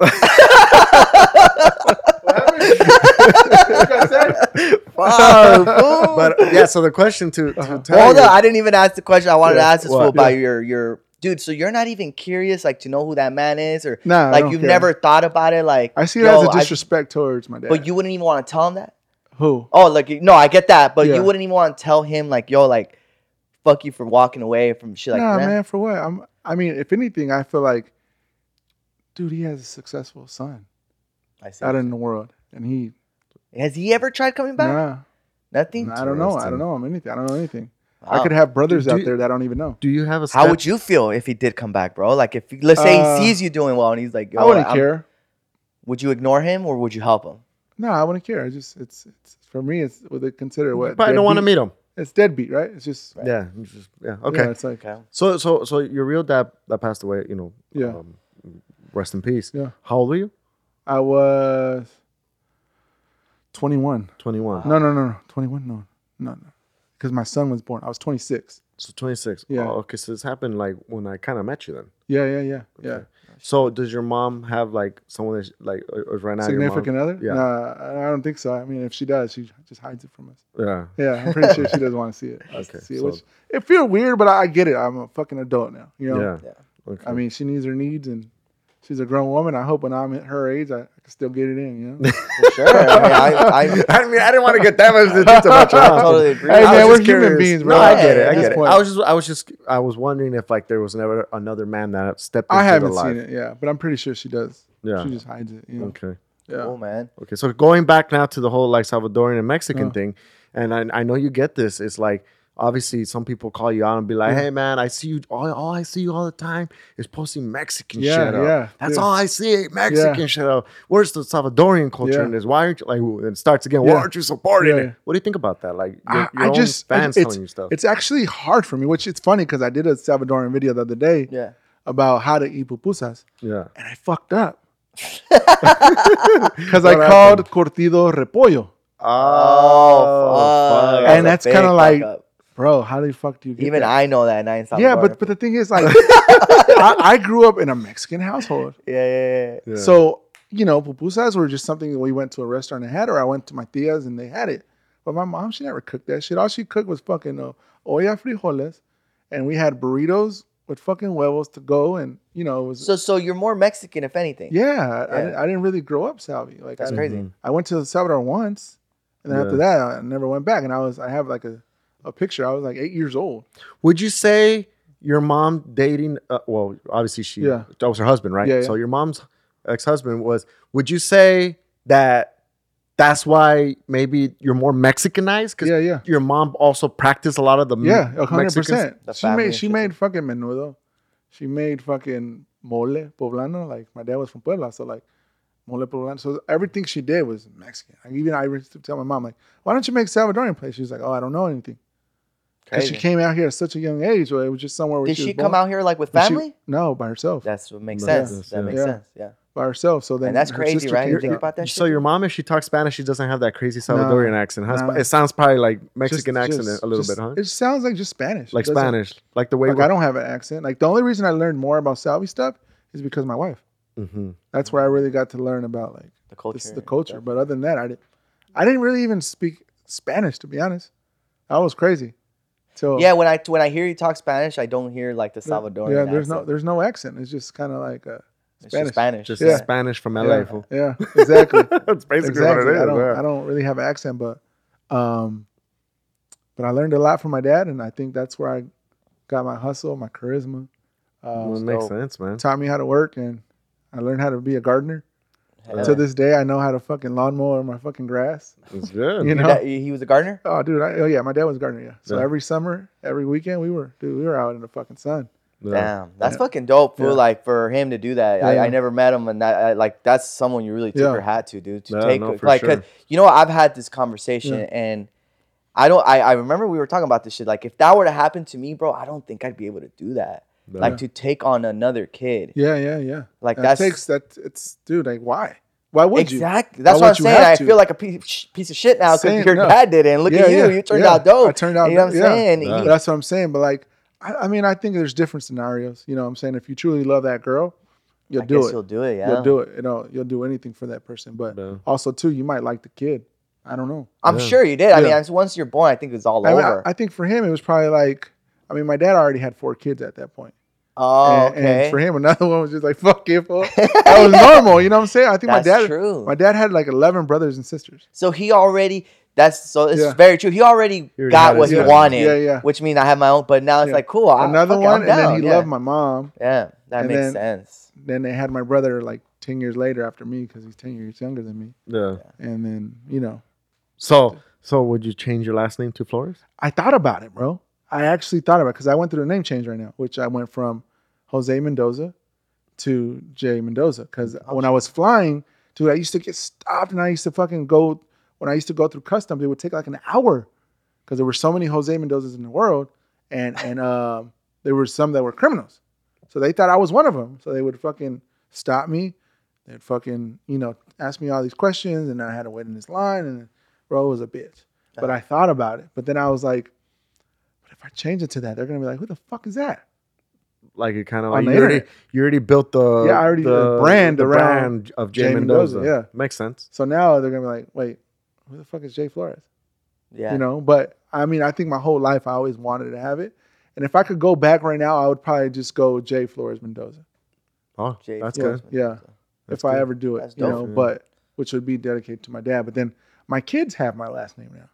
Oh, But yeah. So the question to, Uh-huh. to tell Hold you, on, I didn't even ask the question I wanted to Yeah, ask this what? fool about your your dude. So you're not even curious, like to know who that man is, or Nah, I like don't you've care. never thought about it, like I see it yo, as a disrespect towards my dad. but you wouldn't even want to tell him that. who? Oh, like you- no, I get that, but Yeah. you wouldn't even want to tell him, like yo, like fuck you for walking away from shit like nah, that. man, for what? I'm. I mean, if anything, I feel like, dude, he has a successful son I see. out in the world, and he. Has he ever tried coming back? Nah, Nothing. I don't know. I Interesting. don't know. I'm anything. I don't know anything. Wow. I could have brothers Do out you- there that I don't even know. do you have a? How step- would you feel if he did come back, bro? Like if let's say Uh, he sees you doing well and he's like, yo, I wouldn't I'm- care. Would you ignore him or would you help him? No, I wouldn't care. It's just it's, it's for me. It's what they consider what. You probably don't want to meet him. It's deadbeat, right? It's just Yeah. you just- yeah. okay. Okay. it's like Okay. So so so your real dad that passed away. You know. Yeah. Um, rest in peace. Yeah. How old were you? I was 21. 21. No, no, no, no. 21? No. No, no. Because my son was born. I was 26. So 26. Yeah. Oh, okay. So this happened like when I kind of met you then. Yeah, yeah, yeah. Yeah. So does your mom have like someone that's like uh, uh, right now? your mom- Significant other? Yeah. Nah, I- I don't think so. I mean, if she does, she just hides it from us. Yeah. Yeah, I'm pretty sure she doesn't want to see it. Okay, See it, so- which, it feels weird, but I, I get it. I'm a fucking adult now. You know? Yeah. Yeah. Okay. I mean, she needs her needs, and she's a grown woman. I hope when I'm at her age, I, I can still get it in. You know? For sure. I mean, I, I mean, I didn't want to get that much into my I child. totally agree. Hey, I was man, we're just human curious. beings, bro. No, I get it. at I this get it. point- I was just, I was just, I was wondering if like there was never another man that stepped into I the haven't life. seen it, yeah, but I'm pretty sure she does. Yeah. She just hides it. You know? Okay. Yeah. Cool, man. Okay. So going back now to the whole like Salvadorian and Mexican thing, and I, I know you get this. It's like obviously some people call you out and be like, "Hey, man, I see you. All, all I see you all the time is posting Mexican Yeah, shit up. yeah, That's yeah. all I see. Mexican shit up. Where's the Salvadorian culture Yeah. in this? Why aren't you like?" and It starts again. Why Yeah. aren't you supporting Yeah, it? yeah. What do you think about that? Like your, I, your I own just I- fans it's, telling you stuff. it's actually hard for me, which it's funny because I did a Salvadoran video the other day Yeah. about how to eat pupusas, yeah. and I fucked up because I called cortido repollo, Oh, Oh, fuck. And that's a kinda big fuck like- up. bro. How the fuck do you get even that? I know that. And I ain't yeah, Salvadorian. but but the thing is, like, I, I grew up in a Mexican household. yeah, yeah, yeah. Yeah. So, you know, pupusas were just something that we went to a restaurant and had, or I went to my tia's and they had it. But my mom, she never cooked that shit. All she cooked was fucking uh, olla frijoles, and we had burritos with fucking huevos to go, and you know, it was So, so you're more Mexican, if anything. yeah. I- I, Yeah. didn't- I didn't really grow up Salvi. Like That's I, crazy. I went to El Salvador once, and then Yeah. after that, I never went back. And I was, I have like a, a picture. I was like eight years old. Would you say your mom dating? Uh, well, obviously she Yeah. that was her husband, right? Yeah, yeah. So your mom's ex husband was. Would you say that that's why maybe you're more Mexicanized? Yeah, yeah. Your mom also practiced a lot of the Mm-hmm. m- Yeah, a hundred Mexicans- percent. The She family made and she shit. made fucking menudo. She made fucking mole poblano. Like my dad was from Puebla, so like mole poblano. So everything she did was Mexican. Like even I used to tell my mom like, why don't you make Salvadorian place? She was like, oh, I don't know anything. Because she Crazy. came out here at such a young age, or it was just somewhere. Where Did she, was she come born. out here like with But she- family? no, by herself, That's what makes Yeah. sense. Yeah. That makes Yeah. sense. Yeah. by herself. So then And that's her crazy, sister right? came You think out. about that So shit? your mom, if she talks Spanish, she doesn't have that crazy Salvadorian accent. Huh? no. It sounds probably like Just- Mexican accent just- a little just- bit, huh? It sounds like just Spanish. Like It doesn't- Spanish, like the way Like I don't have an accent. Like the only reason I learned more about Salvi stuff is because of my wife. hmm That's where I really got to learn about like the culture. It's the culture. But other than that, I didn't. I didn't really even speak Spanish to be honest. I was crazy. So Yeah, when I when I hear you talk Spanish, I don't hear like the Salvadorian. uh, Yeah, there's no accent. there's no accent. It's just kind of like uh, It's Spanish. just Spanish. Just Yeah. Spanish from LA. yeah, fool. yeah, exactly. That's basically exactly. what it is. I don't yeah. I don't really have an accent, but um, but I learned a lot from my dad, and I think that's where I got my hustle, my charisma. Well, it Uh, makes dope. sense, man. taught me how to work, and I learned how to be a gardener. Hell yeah. To this day, I know how to fucking lawnmower my fucking grass. It's good. You know, Your dad- he was a gardener. Oh, dude! I, oh, yeah. My dad was a gardener. Yeah. So Yeah. every summer, every weekend, we were, dude, we were out in the fucking sun. Yeah. Damn, that's fucking dope, fool. Yeah. Like for him to do that, Yeah. I, I never met him, and that I, like that's someone you really tip Yeah. your hat to, dude. To Yeah, take no, for like, 'cause sure. you know, I've had this conversation, and I don't. I, I remember we were talking about this shit. Like if that were to happen to me, bro, I don't think I'd be able to do that. Like to take on another kid. Yeah, yeah, yeah. Like that that's takes that. It's dude. Like, why? Why would exactly. you? That's what Why I'm would you saying. have I to? feel like a piece, piece of shit now Same, because your no. dad did it. And look Yeah, at you. yeah, You turned yeah. out dope. I turned out. You know what I'm yeah. saying? Yeah. He- That's what I'm saying. But like, I, I mean, I think there's different scenarios. You know, what I'm saying if you truly love that girl, you'll I do guess it. he'll do it. Yeah. You'll do it. You know, you'll do anything for that person. But Yeah. also too, you might like the kid. I don't know. I'm Yeah. sure you did. I mean, Yeah. I mean, once you're born, I think it's all I, mean, I- over. I think for him, it was probably like. I mean, my dad already had four kids at that point. oh, And- okay. And for him, another one was just like, fuck it, fool. That was normal. You know what I'm saying? I think That's my dad true. my dad had like eleven brothers and sisters. so he already. That's so. It's Yeah. very true. He already, already got had what his he own. wanted. Yeah, yeah. Which means I have my own. But now it's Yeah. like cool. I, Another fuck it, I'm one, and then down, he yeah. loved my mom. Yeah, that and makes then- sense. Then they had my brother like ten years later after me because he's ten years younger than me. Yeah. And then you know, So, so would you change your last name to Flores? I thought about it, bro. I actually thought about it because I went through a name change right now, which I went from Jose Mendoza to Jay Mendoza. Because when I was flying, dude, I used to get stopped and I used to fucking go, when I used to go through customs, it would take like an hour because there were so many Jose Mendozas in the world. And, and um, there were some that were criminals. So they thought I was one of them. So they would fucking stop me, They'd fucking, you know, ask me all these questions and I had to wait in this line and bro it was a bitch. But I thought about it. But then I was like, but if I change it to that, they're gonna be like, who the fuck is that? Like it kind of On like the you already, internet. you already built the Yeah, I already- the the brand the around brand of Jay, Jay Mendoza. Mendoza, yeah. makes sense. So now they're gonna be like, wait, who the fuck is Jay Flores? Yeah. You know, but I mean, I think my whole life I always wanted to have it. And if I could go back right now, I would probably just go Jay Flores Mendoza. Oh, Jay that's Flores. good. Yeah. That's if I good. ever do it, That's you dope. know, Yeah. but which would be dedicated to my dad. But then my kids have my last name now.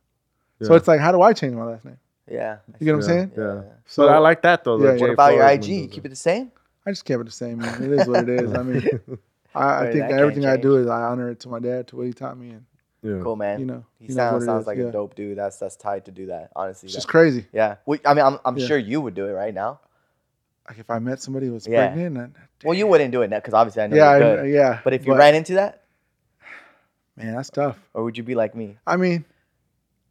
So Yeah. it's like, how do I change my last name? Yeah. You get what I'm saying? Yeah. Yeah. So but I like that though. the Yeah, yeah. Jay What about your Flores IG? You Mendoza. keep it the same? I just kept it the same. Man. It is what it is. I mean, I, I Right, think that everything can't I do is I honor it to my dad, to what he taught me, and yeah. Cool, man. you know, he you know sounds, what it sounds is, like yeah. a dope dude. That's that's tied to do that. Honestly, It's just that- crazy. yeah. We, I mean, I'm, I'm Yeah. sure you would do it right now. Like if I met somebody who was Yeah. pregnant, and, Well, you wouldn't do it now because obviously I know yeah, I, you're good. yeah. But if you ran into that, man, that's tough. or would you be like me? I mean,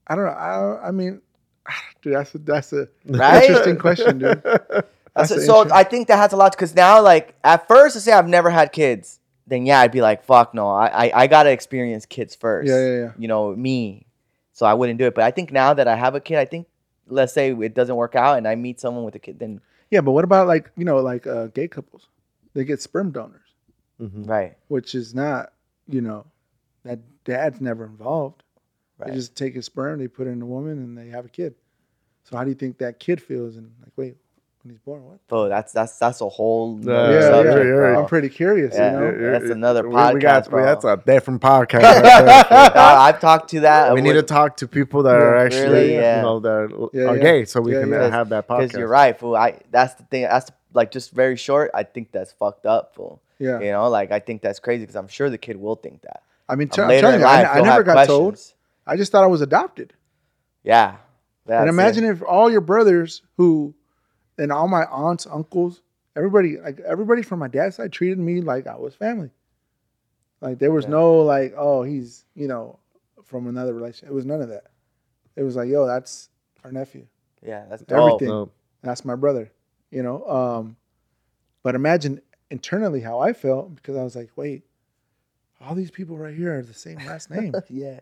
I don't know. I, I mean, dude, that's a, that's a Right? interesting question, dude. Mm-hmm. That's That's it. an so interesting- I think that has a lot because now, like at first, to say I've never had kids, then yeah, I'd be like, fuck no, I I, I gotta experience kids first. Yeah, yeah, yeah. You know me, so I wouldn't do it. But I think now that I have a kid, I think let's say it doesn't work out and I meet someone with a kid, then Yeah, but what about like you know like uh, gay couples? They get sperm donors, Mhm. right, which is not you know that dad's never involved. right, They just take his sperm, they put it in a woman, and they have a kid. So how do you think that kid feels? And like, wait, when he's born, what? bro, that's that's that's a whole Yeah, nother yeah, subject, yeah, yeah. bro. I'm pretty curious. Yeah. You know, That's another We- we got- podcast, we- that's bro. a different podcast. right there. Uh, I've talked to that. we need to talk to people that are Yeah. actually, Really, you yeah. know, that are, Yeah, are yeah. gay, so we Yeah, can yeah. uh, have that podcast. because you're right, fool. I that's the thing. That's like just very short. I think that's fucked up, fool. yeah. You know, like I think that's crazy because I'm sure the kid will think that. I mean, Um, i I'm telling you, I, I you'll never have got told. questions. I just thought I was adopted. Yeah. That's and imagine if all your brothers, who, and all my aunts, uncles, everybody, like everybody from my dad's side, treated me like I was family. Like there was Yeah. no like, oh, he's you know from another relationship. It was none of that. It was like, yo, that's our nephew. Yeah, that's everything. dope. No, That's my brother. You know. Um, but imagine internally how I felt because I was like, wait, all these people right here are the same last name. Yeah.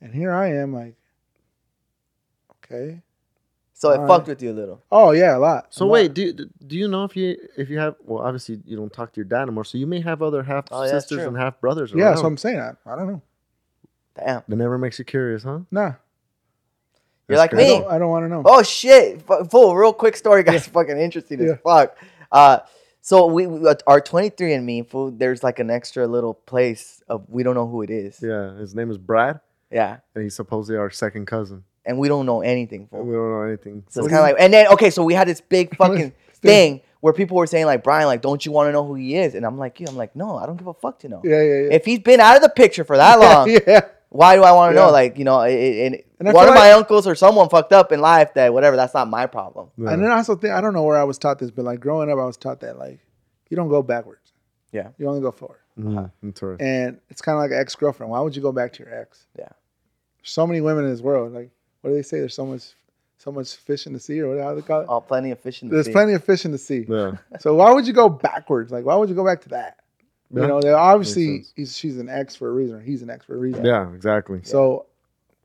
And here I am, like, okay. So it Alright. fucked with you a little. Oh yeah, a lot. So a lot. wait, do you, do you know if you if you have well obviously you don't talk to your dad anymore, so you may have other half Oh, yeah, that's sisters true. and half brothers. Yeah, around. so I'm saying I, I don't know. Damn. that never makes you curious, huh? Nah, You're That's like good. I me. don't, I don't want to know. Oh shit! Fu- Fool, real quick story, guys. Fucking interesting Yeah. as fuck. Uh, so we, we uh, our 23andMe fool. There's like an extra little place of we don't know who it is. Yeah. Yeah, his name is Brad, and he's supposedly our second cousin. And we don't know anything. Fool. We don't know anything. So it's kind of like, and then okay, so we had this big fucking thing where people were saying like, Brian, like, don't you want to know who he is? And I'm like, you, I'm like, no, I don't give a fuck to know. Yeah, yeah, yeah. If he's been out of the picture for that long, yeah, why do I want to Yeah. know? Like, you know, it, it, And I one of feel my uncles or someone fucked up in life that whatever, that's not my problem. Yeah. and then I also think I don't know where I was taught this, but like growing up, I was taught that like you don't go backwards. Yeah. you only go forward. uh, Mhm, interesting. And it's kind of like an ex girlfriend. Why would you go back to your ex? Yeah. so many women in this world. Like, what do they say? There's so much, so much fish in the sea, or what how they call it. Oh, plenty of fish in the There's sea. plenty of fish in the sea. Yeah, So why would you go backwards? Like, why would you go back to that? Yeah. You know, they're obviously sense. he's, she's an ex for a reason. Or he's an ex for a reason. yeah, exactly. So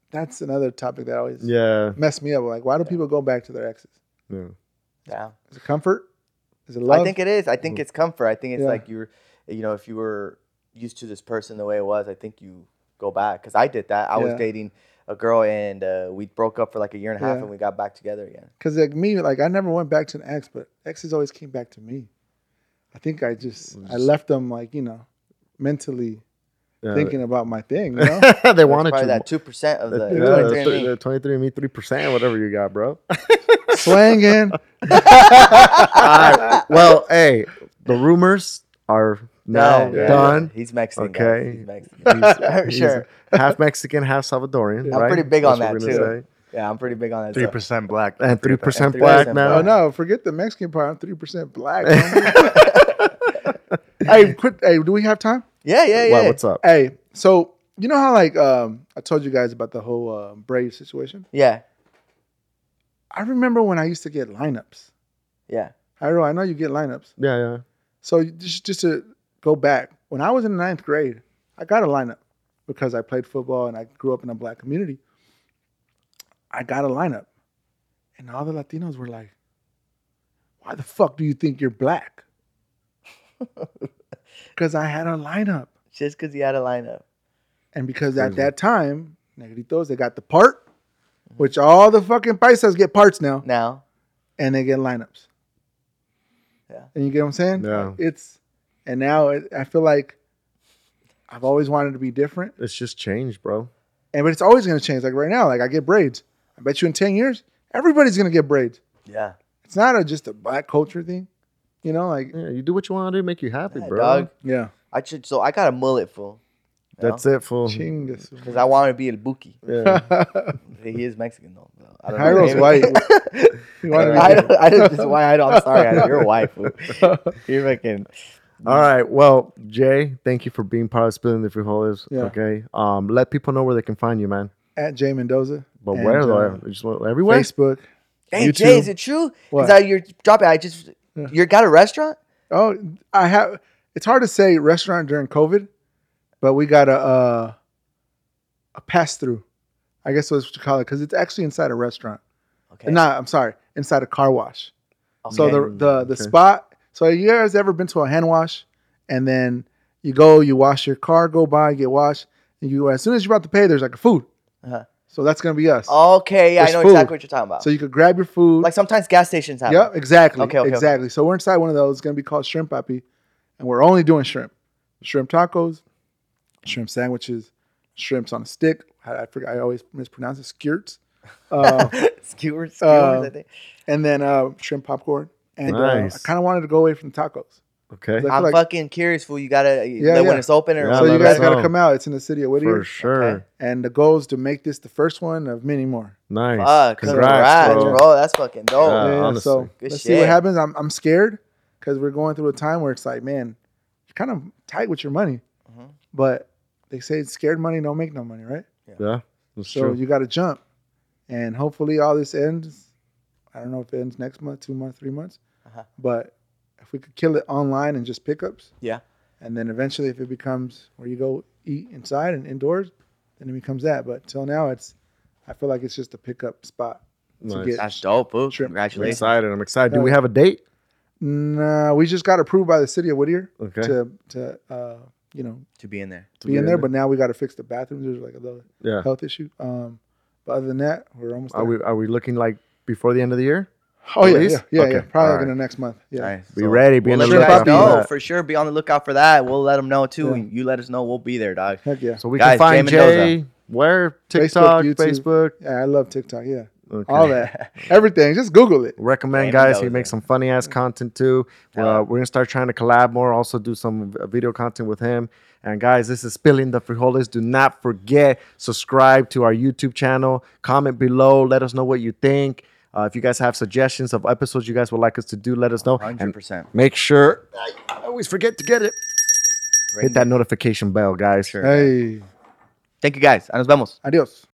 that's another topic that always Yeah, messed me up. Like, why do people go back to their exes? yeah. Yeah. Is it comfort? Is it love? Mm. I think it is. I think it's comfort. I think it's Yeah. like you're, you know, if you were used to this person the way it was, I think you go back. Cause I did that. I was Yeah. dating a girl and uh, we broke up for like a year and a half Yeah. and we got back together again. because like me, like I never went back to an ex, but exes always came back to me. I think I just I left them like you know mentally yeah. thinking about my thing. You know? they That's wanted probably to. that two percent of the yeah, 23andMe. the twenty-three me three percent, whatever you got, bro. Swanging. All right. Well, hey, the rumors are now Yeah, yeah, done. yeah. He's Mexican. guys. Okay. He's Mexican. He's- he's sure. half Mexican, half Salvadorian. I'm right? pretty big on That's that, what we're gonna too. Yeah, I'm pretty big on that. Three So- percent black. say. And three percent And black 3% now. Oh black. no, forget the Mexican part. I'm three percent black. homie. hey, quit. Hey, do we have time? Yeah, yeah, yeah. Well, what's up? Hey, so you know how like um I told you guys about the whole uh, Brave situation. Yeah, I remember when I used to get lineups. yeah. Hyro, I know you get lineups. Yeah, yeah. So you- just just to go back, when I was in ninth grade, I got a lineup because I played football and I grew up in a black community. I got a lineup, and all the Latinos were like, "Why the fuck do you think you're black?" Because I had a lineup, just because he had a lineup. and because at that time, negritos they got the part, which all the fucking paisas get parts now, Now, and they get lineups. Yeah. and you get what I'm saying? Yeah. it's and now it, I feel like I've always wanted to be different. It's just changed, bro. And but it's always gonna change. Like right now, like I get braids. I bet you in ten years, everybody's gonna get braids. yeah, It's not a, just a black culture thing, you know. Like Yeah, you do what you want to do, make you happy, Yeah, bro. dog. yeah, I should. So I got a mullet fool That's it, fool. Chingus. because I wanted to be a buki. Yeah. He is Mexican though. So I don't know. Jairo's Maybe- white. I don't. I don't, this is why I don't. I'm sorry. I, you're white. Fool. You're fucking. All right. Well, Jay, thank you for being part of Spilling the Frijoles. Yeah. Okay. Um, let people know where they can find you, man. At Jay Mendoza, But And, where uh, though? You Just want- everywhere. Facebook. Hey YouTube. Jay, is it true? What? Because I you're dropping. I just you got a restaurant. Oh, I have. It's hard to say restaurant during COVID, but we got a a, a pass through. I guess that's what you call it because it's actually inside a restaurant. Okay. Oh, No, I'm sorry, inside a car wash. So Okay. the the the spot. So you guys ever been to a hand wash, and then you go, you wash your car, go by, get washed, and you as soon as you're about to pay, there's like a food. Uh-huh. So that's gonna be us. Okay, yeah, I There's know food. exactly what you're talking about. So you could grab your food. like sometimes gas stations have. yep, Yep. exactly. Okay, okay, okay. exactly. So we're inside one of those. It's gonna be called Shrimp Papi, and we're only doing shrimp, shrimp tacos, shrimp sandwiches, shrimps on a stick. I, I forget. I always mispronounce it. Skirts. Uh, skewers, skewers, Uh, I think. and then uh, shrimp popcorn. And uh, Nice. I kind of wanted to go away from tacos. Okay. I feel I'm like- fucking curious, fool. You gotta Yeah, like, when yeah. it's open or Yeah, so let you us guys got know. to come out. It's in the city of Whittier, For sure. Okay. and the goal is to make this the first one of many more. Nice. Fuck, congrats, bro. That's fucking dope. Yeah, Yeah, Uh, honestly. so Good let's see what shit. happens. I'm I'm scared because we're going through a time where it's like, man, you're kind of tight with your money, Mm-hmm. but they say scared money don't make no money, right? Yeah. That's So true. you got to jump, and hopefully all this ends. I don't know if it ends next month, two months, three months, Uh-huh. but if we could kill it online and just pickups, Yeah. And then eventually, if it becomes where you go eat inside and indoors, then it becomes that. But till now, it's I feel like it's just a pickup spot to Nice. get. That's dope, fool. Shrimp. I'm Congratulations. excited. I'm excited. Do we have a date? Nah, we just got approved by the city of Whittier Okay. to to uh, you know To be in there. To be in there, but now we got to fix the bathrooms. There's like a little Yeah. health issue. Um, but other than that, we're almost. Are there. we are we looking like before the end of the year? oh yeah, release? yeah, yeah, Okay, yeah. Probably all like in right. the next month. Yeah. Nice. Be ready. Be We'll in let the you guys lookout. know for for sure. Be on the lookout for that. We'll let them know too. Yeah. And you let us know. We'll be there, dog. Heck yeah. that. So we Guys, can find Jay Mendoza. Jay where TikTok, YouTube. Facebook, Yeah, I love TikTok. Yeah, Okay. all that, everything. Just Google it. recommend Jay guys he Mendoza. makes some funny ass content too uh, we're gonna start trying to collab more also do some v- uh, video content with him and guys this is spilling the frijoles do not forget subscribe to our youtube channel comment below let us know what you think uh, if you guys have suggestions of episodes you guys would like us to do let us know and 100%. make sure i always forget to get it hit that notification bell guys Hey, Thank you guys. And nos vemos. adios.